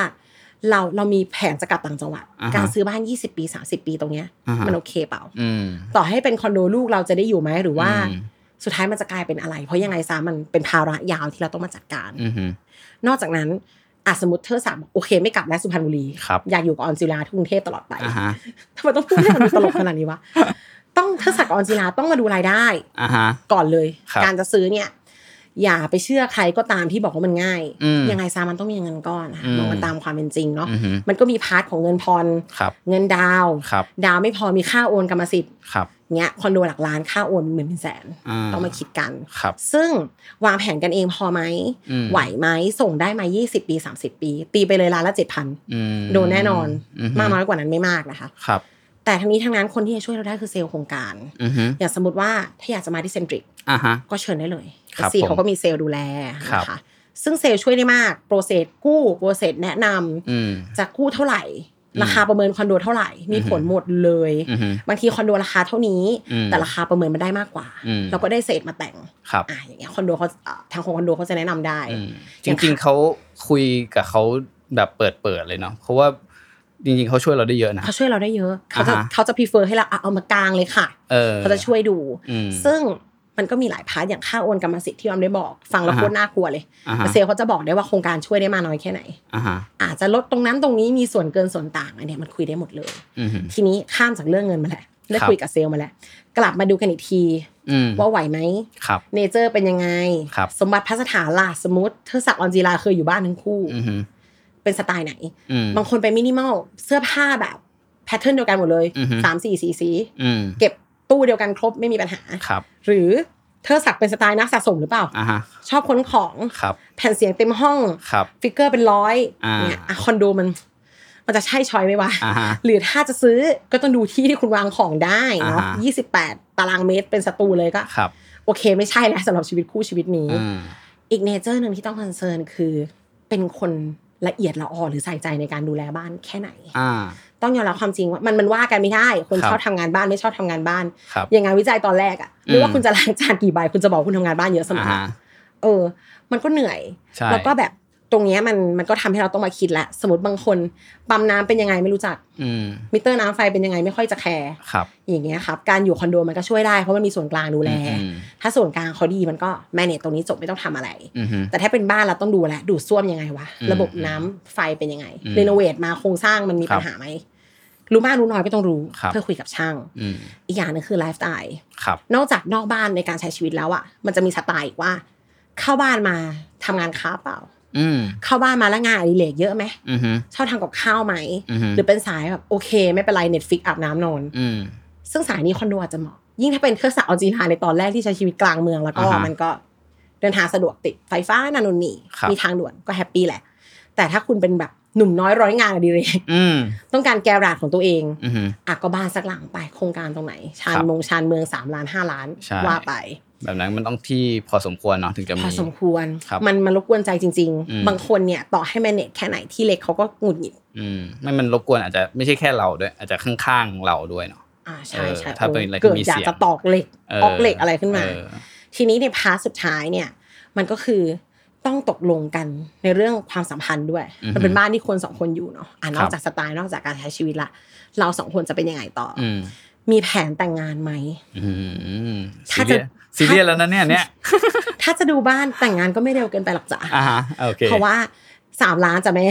Speaker 8: เราเรามีแผนจะกลับต่างจังหวัด
Speaker 7: อ่าฮะ
Speaker 8: การซื้อบ้าน 20 ปี 30 ปีตรงเนี้ย
Speaker 7: อ่าฮะ
Speaker 8: มันโอเคเปล่า
Speaker 7: อืม
Speaker 8: ต่อให้เป็นคอนโดลูกเราจะได้อยู่ไหมหรือว่า
Speaker 7: อืม
Speaker 8: สุดท้ายมันจะกลายเป็นอะไร เพราะยังไงซะมันเป็นภาระยาวที่เราต้องมาจัดการ
Speaker 7: อือฮึ
Speaker 8: นอกจากนั้นอ่ะสมมติเธอสั่งบอกโอเคไม่กลับแล้วสุพรรณบุรี
Speaker 7: ครับ
Speaker 8: อยากอยู่กับออนจิลาที่กรุงเทพตลอดไป
Speaker 7: อ่าฮะ
Speaker 8: ทำไมต้องพูดให้มันดูตลกขนาดนี้วะต้องเธอสั่งกับออนจิลาต้องมาดูรายได้
Speaker 7: อ่าฮะ
Speaker 8: ก่อนเลย
Speaker 7: ครับ
Speaker 8: การจะซื้อเนี่ย อย่าไปเชื่อใครก็ตามที่บอกว่ามันง่าย
Speaker 7: อืม
Speaker 8: ยังไงซามันต้องมีเงินก้อนอะ
Speaker 7: อืม
Speaker 8: มองกันตามความเป็นจริงเนาะ
Speaker 7: อือฮึ
Speaker 8: มันก็มีพาร์ทของเงินพร
Speaker 7: ครับ
Speaker 8: เงินดาวน์
Speaker 7: ครับ
Speaker 8: ดาวน์ไม่พอมีค่าโอนกรรมสิทธิ์
Speaker 7: ครับ
Speaker 8: เนี้ยคอนโดหลักล้านค่าโอนหมื่นเป็นแสน
Speaker 7: อ่า
Speaker 8: ต้องมาคิดกัน
Speaker 7: ครับ
Speaker 8: ซึ่งวางแผนกันเองพอไหม
Speaker 7: อืม
Speaker 8: ไหวไหมส่งได้ไหมยี่สิบปีสามสิบปี ตีไปเลยล้านละเจ็ดพัน
Speaker 7: อืม
Speaker 8: โดนแน่นอน
Speaker 7: ฮึ
Speaker 8: มากน้อยกว่านั้นไม่มากนะคะ
Speaker 7: ครับ
Speaker 8: แต่ทั้งนี้ทั้งนั้นคนที่จะช่วยเราได้คือเซลล์โครงการ
Speaker 7: อือฮึ
Speaker 8: อย่างสมมติว่าถ้าอยากจะมาที่เซนทริก
Speaker 7: อ่าฮะ
Speaker 8: ก็เชิญได้เลย
Speaker 7: ครับ
Speaker 8: ซี
Speaker 7: ผม
Speaker 8: เขาก็มีเซลล์ดูแล
Speaker 7: ครับ
Speaker 8: นะคะ ซึ่งเซลล์ช่วยได้มาก โปรเซสกู้ โปรเซสแนะนำ
Speaker 7: อืม
Speaker 8: จะกู้เท่าไหร่ ราคาประเมินคอนโดเท่าไหร่ มีผลหมดเลย
Speaker 7: อือฮึ
Speaker 8: บางทีคอนโดราคาเท่านี้
Speaker 7: อืม
Speaker 8: แต่ราคาประเมินมันได้มากกว่า
Speaker 7: อืม
Speaker 8: เราก็ได้เศษมาแต่ง
Speaker 7: ครับ
Speaker 8: อ่ะอย่างเงี้ยคอนโดเขาอ่ะทางของคอนโดเขาจะแนะนำได้
Speaker 7: อืมจ
Speaker 8: อย่าง
Speaker 7: ริงๆเขาคุยกับเขาแบบเปิดเปิดๆเลยเนาะเพราะว่าจริงๆเขาช่วยเราได้เยอะนะ
Speaker 8: เขาช่วยเราได้เยอะ เขาจะ
Speaker 7: อ่าฮะ
Speaker 8: เขาจะ prefer ให้เราอ่ะเอามากลางเลยค่ะ
Speaker 7: เออ
Speaker 8: เขาจะช่วยดู
Speaker 7: อืม
Speaker 8: ซึ่งมันก็มีหลายพาร์ทอย่างค่าโอนกรรมสิทธิ์ที่ออมได้บอก ฟังแล้ว
Speaker 7: อ่าฮะ
Speaker 8: โคตรน่ากลัวเลย
Speaker 7: อ่าฮะ
Speaker 8: แต่เซลล์เขาจะบอกได้ว่าโครงการช่วยได้มากน้อยแค่ไหน
Speaker 7: อ่าฮะ
Speaker 8: อาจจะลดตรงนั้นตรงนี้มีส่วนเกินส่วนต่างอันเนี้ยมันคุยได้หมดเลย
Speaker 7: อืม
Speaker 8: ทีนี้ข้ามจากเรื่องเงินมาแหละได้
Speaker 7: ครับ
Speaker 8: คุยกับเซลล์มาแล้ว กลับมาดูกันอีกที
Speaker 7: อืม
Speaker 8: ว่าไหวไหม
Speaker 7: ครับ
Speaker 8: เนเจอร์เป็นยังไง
Speaker 7: ครับ
Speaker 8: สมบัติพัสถานล่ะสมมติเธอศักดิ์ออนจีลาเคยอยู่บ้านทั้งคู่
Speaker 7: อืมฮึ
Speaker 8: เป็นสไตล์ไหน
Speaker 7: อืม
Speaker 8: บางคนไปมินิมอลเสื้อผ้าแบบแพทเทิร์นเดียวกันหมดเลย
Speaker 7: อือฮึ
Speaker 8: สามสี่สีสี
Speaker 7: อืม
Speaker 8: เก็บตู้เดียวกันครบไม่มีปัญหา
Speaker 7: ครับ
Speaker 8: หรือเธอศักดิ์เป็นสไตล์นักสะสมหรือเปล่า
Speaker 7: อ่าฮะ
Speaker 8: ชอบค้นของ
Speaker 7: ครับ
Speaker 8: แผ่นเสียงเต็มห้อง
Speaker 7: ครับ
Speaker 8: ฟิกเกอร์เป็นร้อย
Speaker 7: อ่า
Speaker 8: เนี่ยอ่ะคอนโดมัน มันจะใช่ชอยไหมวะ
Speaker 7: อ่าฮะ
Speaker 8: หรือถ้าจะซื้อก็ต้องดูที่ที่คุณวางของได้เนาะ
Speaker 7: อ่าฮะ
Speaker 8: ยี่สิบแปดตารางเมตรเป็นศัตรูเลยก็
Speaker 7: ครับ
Speaker 8: โอเคไม่ใช่แล้วสำหรับชีวิตคู่ชีวิตนี้
Speaker 7: อืม
Speaker 8: อีกเนเจอร์หนึ่งที่ต้องคอนเซิร์นคือ เป็นคนละเอียดละออหรือใส่ใจในการดูแลบ้านแค่ไหน
Speaker 7: อ่า
Speaker 8: ต้องยอมรับความจริงว่ามันมันว่ากันไม่ได้ คน
Speaker 7: ครับ
Speaker 8: ชอบทำงานบ้านไม่ชอบทำงานบ้าน
Speaker 7: ครับ
Speaker 8: อย่างงานวิจัยตอนแรกอะไม่ว่าคุณจะล้างจานกี่ใบคุณจะบอกคุณทำงานบ้านเยอะเสม
Speaker 7: อ่า
Speaker 8: อ
Speaker 7: ฮะ
Speaker 8: เออ มันก็เหนื่อย
Speaker 7: ใช่
Speaker 8: แล้วก็แบบตรงเนี้ยมันมันก็ทำให้เราต้องมาคิดละสมมติบางคนปั๊มน้ำเป็นยังไงไม่รู้จัก
Speaker 7: อืม
Speaker 8: มิเตอร์น้ำไฟเป็นยังไงไม่ค่อยจะแคร์
Speaker 7: ครับ
Speaker 8: อย่างเงี้ยครับการอยู่คอนโดมันก็ช่วยได้เพราะมันมีส่วนกลางดูแล
Speaker 7: อืม
Speaker 8: ถ้าส่วนกลางเขาดีมันก็แมเนจตรงนี้จบไม่ต้องทำอะไร
Speaker 7: อืมฮึ
Speaker 8: แต่ถ้าเป็นบ้านเราต้องดูแลดูดซ่วมยังไงวะ
Speaker 7: อืม
Speaker 8: ระบบน้ำไฟเป็นยังไง
Speaker 7: อืม
Speaker 8: รีโนเวทมาโครงสร้างมันมีปัญหาไหมรู้มากรู้น้อยก็ต้องรู้
Speaker 7: ครับ
Speaker 8: เพื่อคุยกับช่าง
Speaker 7: อืม
Speaker 8: อีกอย่างหนึงคือไลฟ์สไตล์
Speaker 7: ครับ
Speaker 8: นอกจากนอกบ้านในการใช้ชีวิตแล้วอ่ะ มันจะมีสไตล์อีกว่า เข้าบ้านมาทำงานค้าเปล่า
Speaker 7: อืม
Speaker 8: เข้าบ้านมาแล้วงานอดิเรกเยอะไหม
Speaker 7: อืมฮึ
Speaker 8: ชอบทำกับข้าวไหม
Speaker 7: อืมฮึ
Speaker 8: หรือเป็นสายแบบโอเค ไม่เป็นไรเน็ตฟิกอาบน้ำนอน
Speaker 7: อืม
Speaker 8: ซึ่งสายนี้คอนโดอาจจะเหมาะ ยิ่งถ้าเป็นเครือสาวจีนานในตอนแรกที่ใช้ชีวิตกลางเมืองแล้วก็
Speaker 7: อ่าฮะ
Speaker 8: มันก็เดินทางสะดวกติดไฟฟ้านานุนนี่
Speaker 7: ครับ
Speaker 8: มีทางด่วนก็แฮปปี้แหละ แต่ถ้าคุณเป็นแบบหนุ่มน้อยร้อยงานอดิเรก
Speaker 7: อืม
Speaker 8: ต้องการแกราดของตัวเอง
Speaker 7: อืมฮึ
Speaker 8: อ่ะก็บ้านสักหลังไปโครงการตรงไหน ชาน
Speaker 7: ครับ
Speaker 8: มงชานเมืองสามล้านห้าล้าน
Speaker 7: ใช่
Speaker 8: ว่าไป
Speaker 7: แบบนั้นมันต้องที่พอสมควรเนาะถึงจะมี
Speaker 8: พอสมควร
Speaker 7: ครับ
Speaker 8: มันมันรบกวนใจจริง
Speaker 7: อืม
Speaker 8: ๆ บางคนเนี่ยต่อให้แมเนจแค่ไหนที่เล็กเขาก็หงุดหงิด
Speaker 7: อืมไม่มันรบกวนอาจจะไม่ใช่แค่เราด้วย อาจจะข้างๆเราด้วยเนาะ
Speaker 8: อ่าใช่
Speaker 7: เออ
Speaker 8: ใช่
Speaker 7: ถ้าเป็น
Speaker 8: โอ้
Speaker 7: อะไรที่
Speaker 8: เกิด
Speaker 7: มี
Speaker 8: อยาก
Speaker 7: เสียง
Speaker 8: จะตอกเหล็ก
Speaker 7: เออ
Speaker 8: ออกเหล็กอะไรขึ้นมา
Speaker 7: เออ
Speaker 8: ทีนี้ในพาร์ทสุดท้ายเนี่ย มันก็คือต้องตกลงกันในเรื่องความสัมพันธ์ด้วย
Speaker 7: อือฮึ
Speaker 8: มันเป็นบ้านที่คนสองคนอยู่เนาะอ่ะน
Speaker 7: ครั
Speaker 8: อบ กจากสไตล์นอกจากการใช้ชีวิตละเราสองคนจะเป็นยังไงต่ออ
Speaker 7: อืม
Speaker 8: มีแผนแต่งงานไหม
Speaker 7: อืมซี
Speaker 8: ถ้า
Speaker 7: เรี
Speaker 8: จะ
Speaker 7: ยสซีเรียสแล้วนะเนี่ยเนี่ย
Speaker 8: ถ้าจะดูบ้านแต่งงานก็ไม่เร็วเกินไปหรอกจ้ะ
Speaker 7: อ่าฮะโอเค
Speaker 8: เพราะว่าสามล้านจ้ะแม่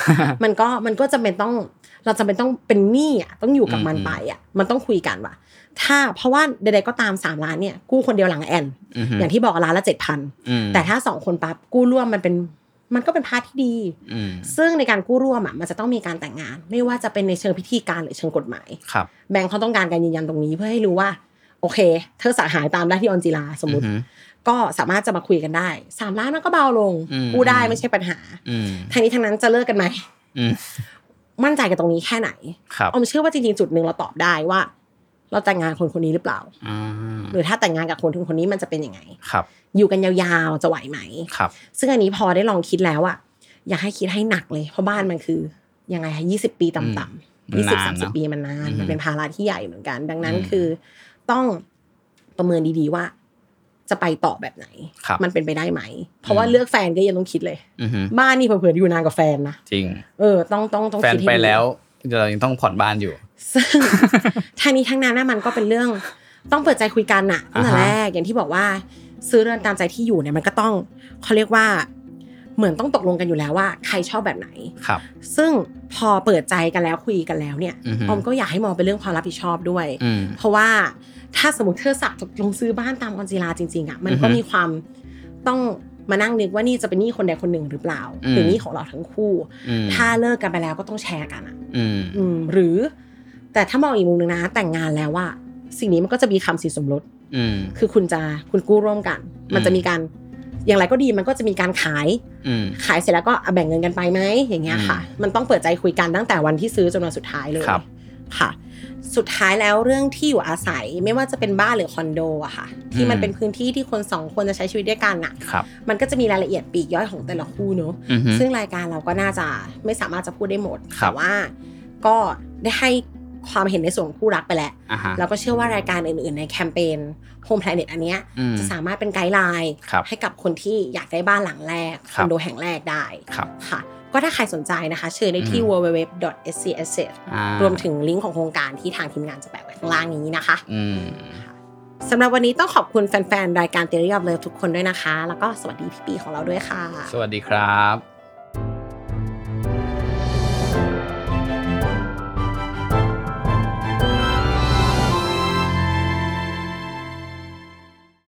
Speaker 8: มันก็มันก็จำเป็นต้องเราจำเป็นต้องเป็นหนี้อ่ะต้องอยู่กับมัน
Speaker 7: อืม
Speaker 8: ไปอ่ะมันต้องคุยกันว่ะ ถ้าเพราะว่าใดๆก็ตามสามล้านเนี่ยกู้คนเดียวหลังแอน
Speaker 7: ฮึ
Speaker 8: อย่างที่บอกล้านละเจ็ดพัน
Speaker 7: อืม
Speaker 8: แต่ถ้าสองคนปั๊บกู้ร่วมมันเป็นมันก็เป็นพาร์ทที่ดี
Speaker 7: อืม
Speaker 8: ซึ่งในการกู้ร่วมอ่ะมันจะต้องมีการแต่งงาน ไม่ว่าจะเป็นในเชิงพิธีการหรือเชิงกฎหมาย
Speaker 7: ครับ
Speaker 8: แบงค์เขาต้องการการยืนยันตรงนี้เพื่อให้รู้ว่า โอเค เธอสหายตามได้ที่ออนจิลาสมมติ
Speaker 7: อือฮึ
Speaker 8: ก็สามารถจะมาคุยกันได้สามล้านมันก็เบาลง
Speaker 7: อืม
Speaker 8: กู้ได้ไม่ใช่ปัญหา
Speaker 7: อืม
Speaker 8: ทางนี้ทางนั้นจะเลิกกันไหม
Speaker 7: อืม
Speaker 8: มั่นใจกับตรงนี้แค่ไหน
Speaker 7: ครับ
Speaker 8: ออมเชื่อว่าจริงๆจุดหนึ่งเราตอบได้ว่า เราแต่งงานคนคนนี้หรือเปล่า
Speaker 7: อ่า
Speaker 8: หรือถ้าแต่งงานกับคนคนคนนี้มันจะเป็นยังไง
Speaker 7: ครับ
Speaker 8: อยู่กันยาวๆจะไหวไหม
Speaker 7: ครับ
Speaker 8: ซึ่งอันนี้พอได้ลองคิดแล้วอะอยากให้คิดให้หนักเลย เพราะบ้านมันคือยังไงยี่สิบปีต่ำ
Speaker 7: อื
Speaker 8: ๆ
Speaker 7: ม
Speaker 8: ยี่สิบ
Speaker 7: นา
Speaker 8: สาน ม
Speaker 7: เน
Speaker 8: สิบ
Speaker 7: อะ
Speaker 8: ปีมันนาน
Speaker 7: อืม
Speaker 8: มันเป็นภาระที่ใหญ่เหมือนกัน ดังนั้น
Speaker 7: อืม
Speaker 8: คือต้องประเมินดีๆว่า จะไปต่อแบบไหน
Speaker 7: ครับ
Speaker 8: มันเป็นไปได้ไหม เพราะว่า
Speaker 7: อืม
Speaker 8: เลือกแฟนก็ยังต้องคิดเลย
Speaker 7: อือฮึ
Speaker 8: บ้านนี่เผื่อๆอยู่นานกว่าแฟนนะ
Speaker 7: จริง
Speaker 8: เออต้องต้องต้อง
Speaker 7: แฟน
Speaker 8: คิดให้
Speaker 7: ไป
Speaker 8: ดี
Speaker 7: แล้วเรายังต้องผ่อนบ้านอยู่
Speaker 8: ซึ่ง ทั้งนี้ทั้งนั้นนะมันก็เป็นเรื่องต้องเปิดใจคุยกันน่ะตั้งแต่
Speaker 7: อ่าฮะ
Speaker 8: แรกอย่างที่บอกว่า ซื้อเรือนตามใจที่อยู่เนี่ยมันก็ต้องเขาเรียกว่า เหมือนต้องตกลงกันอยู่แล้วว่า ใครชอบแบบไหน
Speaker 7: ครับ
Speaker 8: ซึ่งพอเปิดใจกันแล้วคุยกันแล้วเนี่ย
Speaker 7: อือฮึ
Speaker 8: ออมก็อยากให้มองเป็นเรื่องความรับผิดชอบด้วย
Speaker 7: อืม
Speaker 8: เพราะว่าถ้าสมมติเธอสักตกลงซื้อบ้านตามกอนจีลาจริงๆอ่ะมันก็
Speaker 7: อือฮึ
Speaker 8: มีความต้องมานั่งนึกว่านี่จะเป็นหนี้คนใดคนหนึ่งหรือเปล่า
Speaker 7: อืม
Speaker 8: หรือหนี้ของเราทั้งคู่
Speaker 7: อืม
Speaker 8: ถ้าเลิกกันไปแล้วก็ต้องแชร์กันอ่ะ
Speaker 7: อืม
Speaker 8: อืมหรือ แต่ถ้ามองอีกมุมหนึ่งนะ แต่งงานแล้วว่าสิ่งนี้มันก็จะมีคำสีสมรส
Speaker 7: อืม
Speaker 8: คือคุณจะคุณกู้ร่วมกัน มันจะมีการอย่างไรก็ดีมันก็จะมีการขาย
Speaker 7: อืม
Speaker 8: ขายเสร็จแล้วก็อ่ะแบ่งเงินกันไปไหมอย่างเงี้ยค่ะ มันต้องเปิดใจคุยกันตั้งแต่วันที่ซื้อจนวันสุดท้ายเลย
Speaker 7: ครับ
Speaker 8: ค่ะ สุดท้ายแล้วเรื่องที่อยู่อาศัยไม่ว่าจะเป็นบ้านหรือคอนโดอะค่ะ ที่มันเป็นพื้นที่ที่คนสองคนจะใช้ชีวิตด้วยกันอะ
Speaker 7: ครับ
Speaker 8: มันก็จะมีรายละเอียดปลีกย่อยของแต่ละคู่เนอะ
Speaker 7: อือฮึ
Speaker 8: ซึ่งรายการเราก็น่าจะไม่สามารถจะพูดได้หมด
Speaker 7: ครั
Speaker 8: แต่
Speaker 7: บ
Speaker 8: ว่าก็ได้ให้ความเห็นในส่วนของคู่รักไปแล้ว
Speaker 7: อ่าฮะ
Speaker 8: แล้วก็เชื่อว่ารายการอื่นๆในแคมเปญ Home Planet อันเนี้ย
Speaker 7: อืม
Speaker 8: จะสามารถเป็นไกด์ไลน์
Speaker 7: ครับ
Speaker 8: ให้กับคนที่อยากได้บ้านหลังแรก
Speaker 7: ค
Speaker 8: ครับ อนโดแห่งแรกได้
Speaker 7: ครับ
Speaker 8: ค่ะ ก็ถ้าใครสนใจนะคะเชิญได้ที่
Speaker 7: อืม
Speaker 8: www.scasset
Speaker 7: อ่าร
Speaker 8: วมถึงลิงก์ของโครงการที่ทางทีมงานจะแปะไว้ข้างล่างนี้นะคะ
Speaker 7: อืม
Speaker 8: สำหรับวันนี้ต้องขอบคุณแฟนๆรายการ Theory of Love ทุกคนด้วยนะคะ แล้วก็สวัสดีพี่ปีของเราด้วยค่ะ
Speaker 7: สวัสดีครับ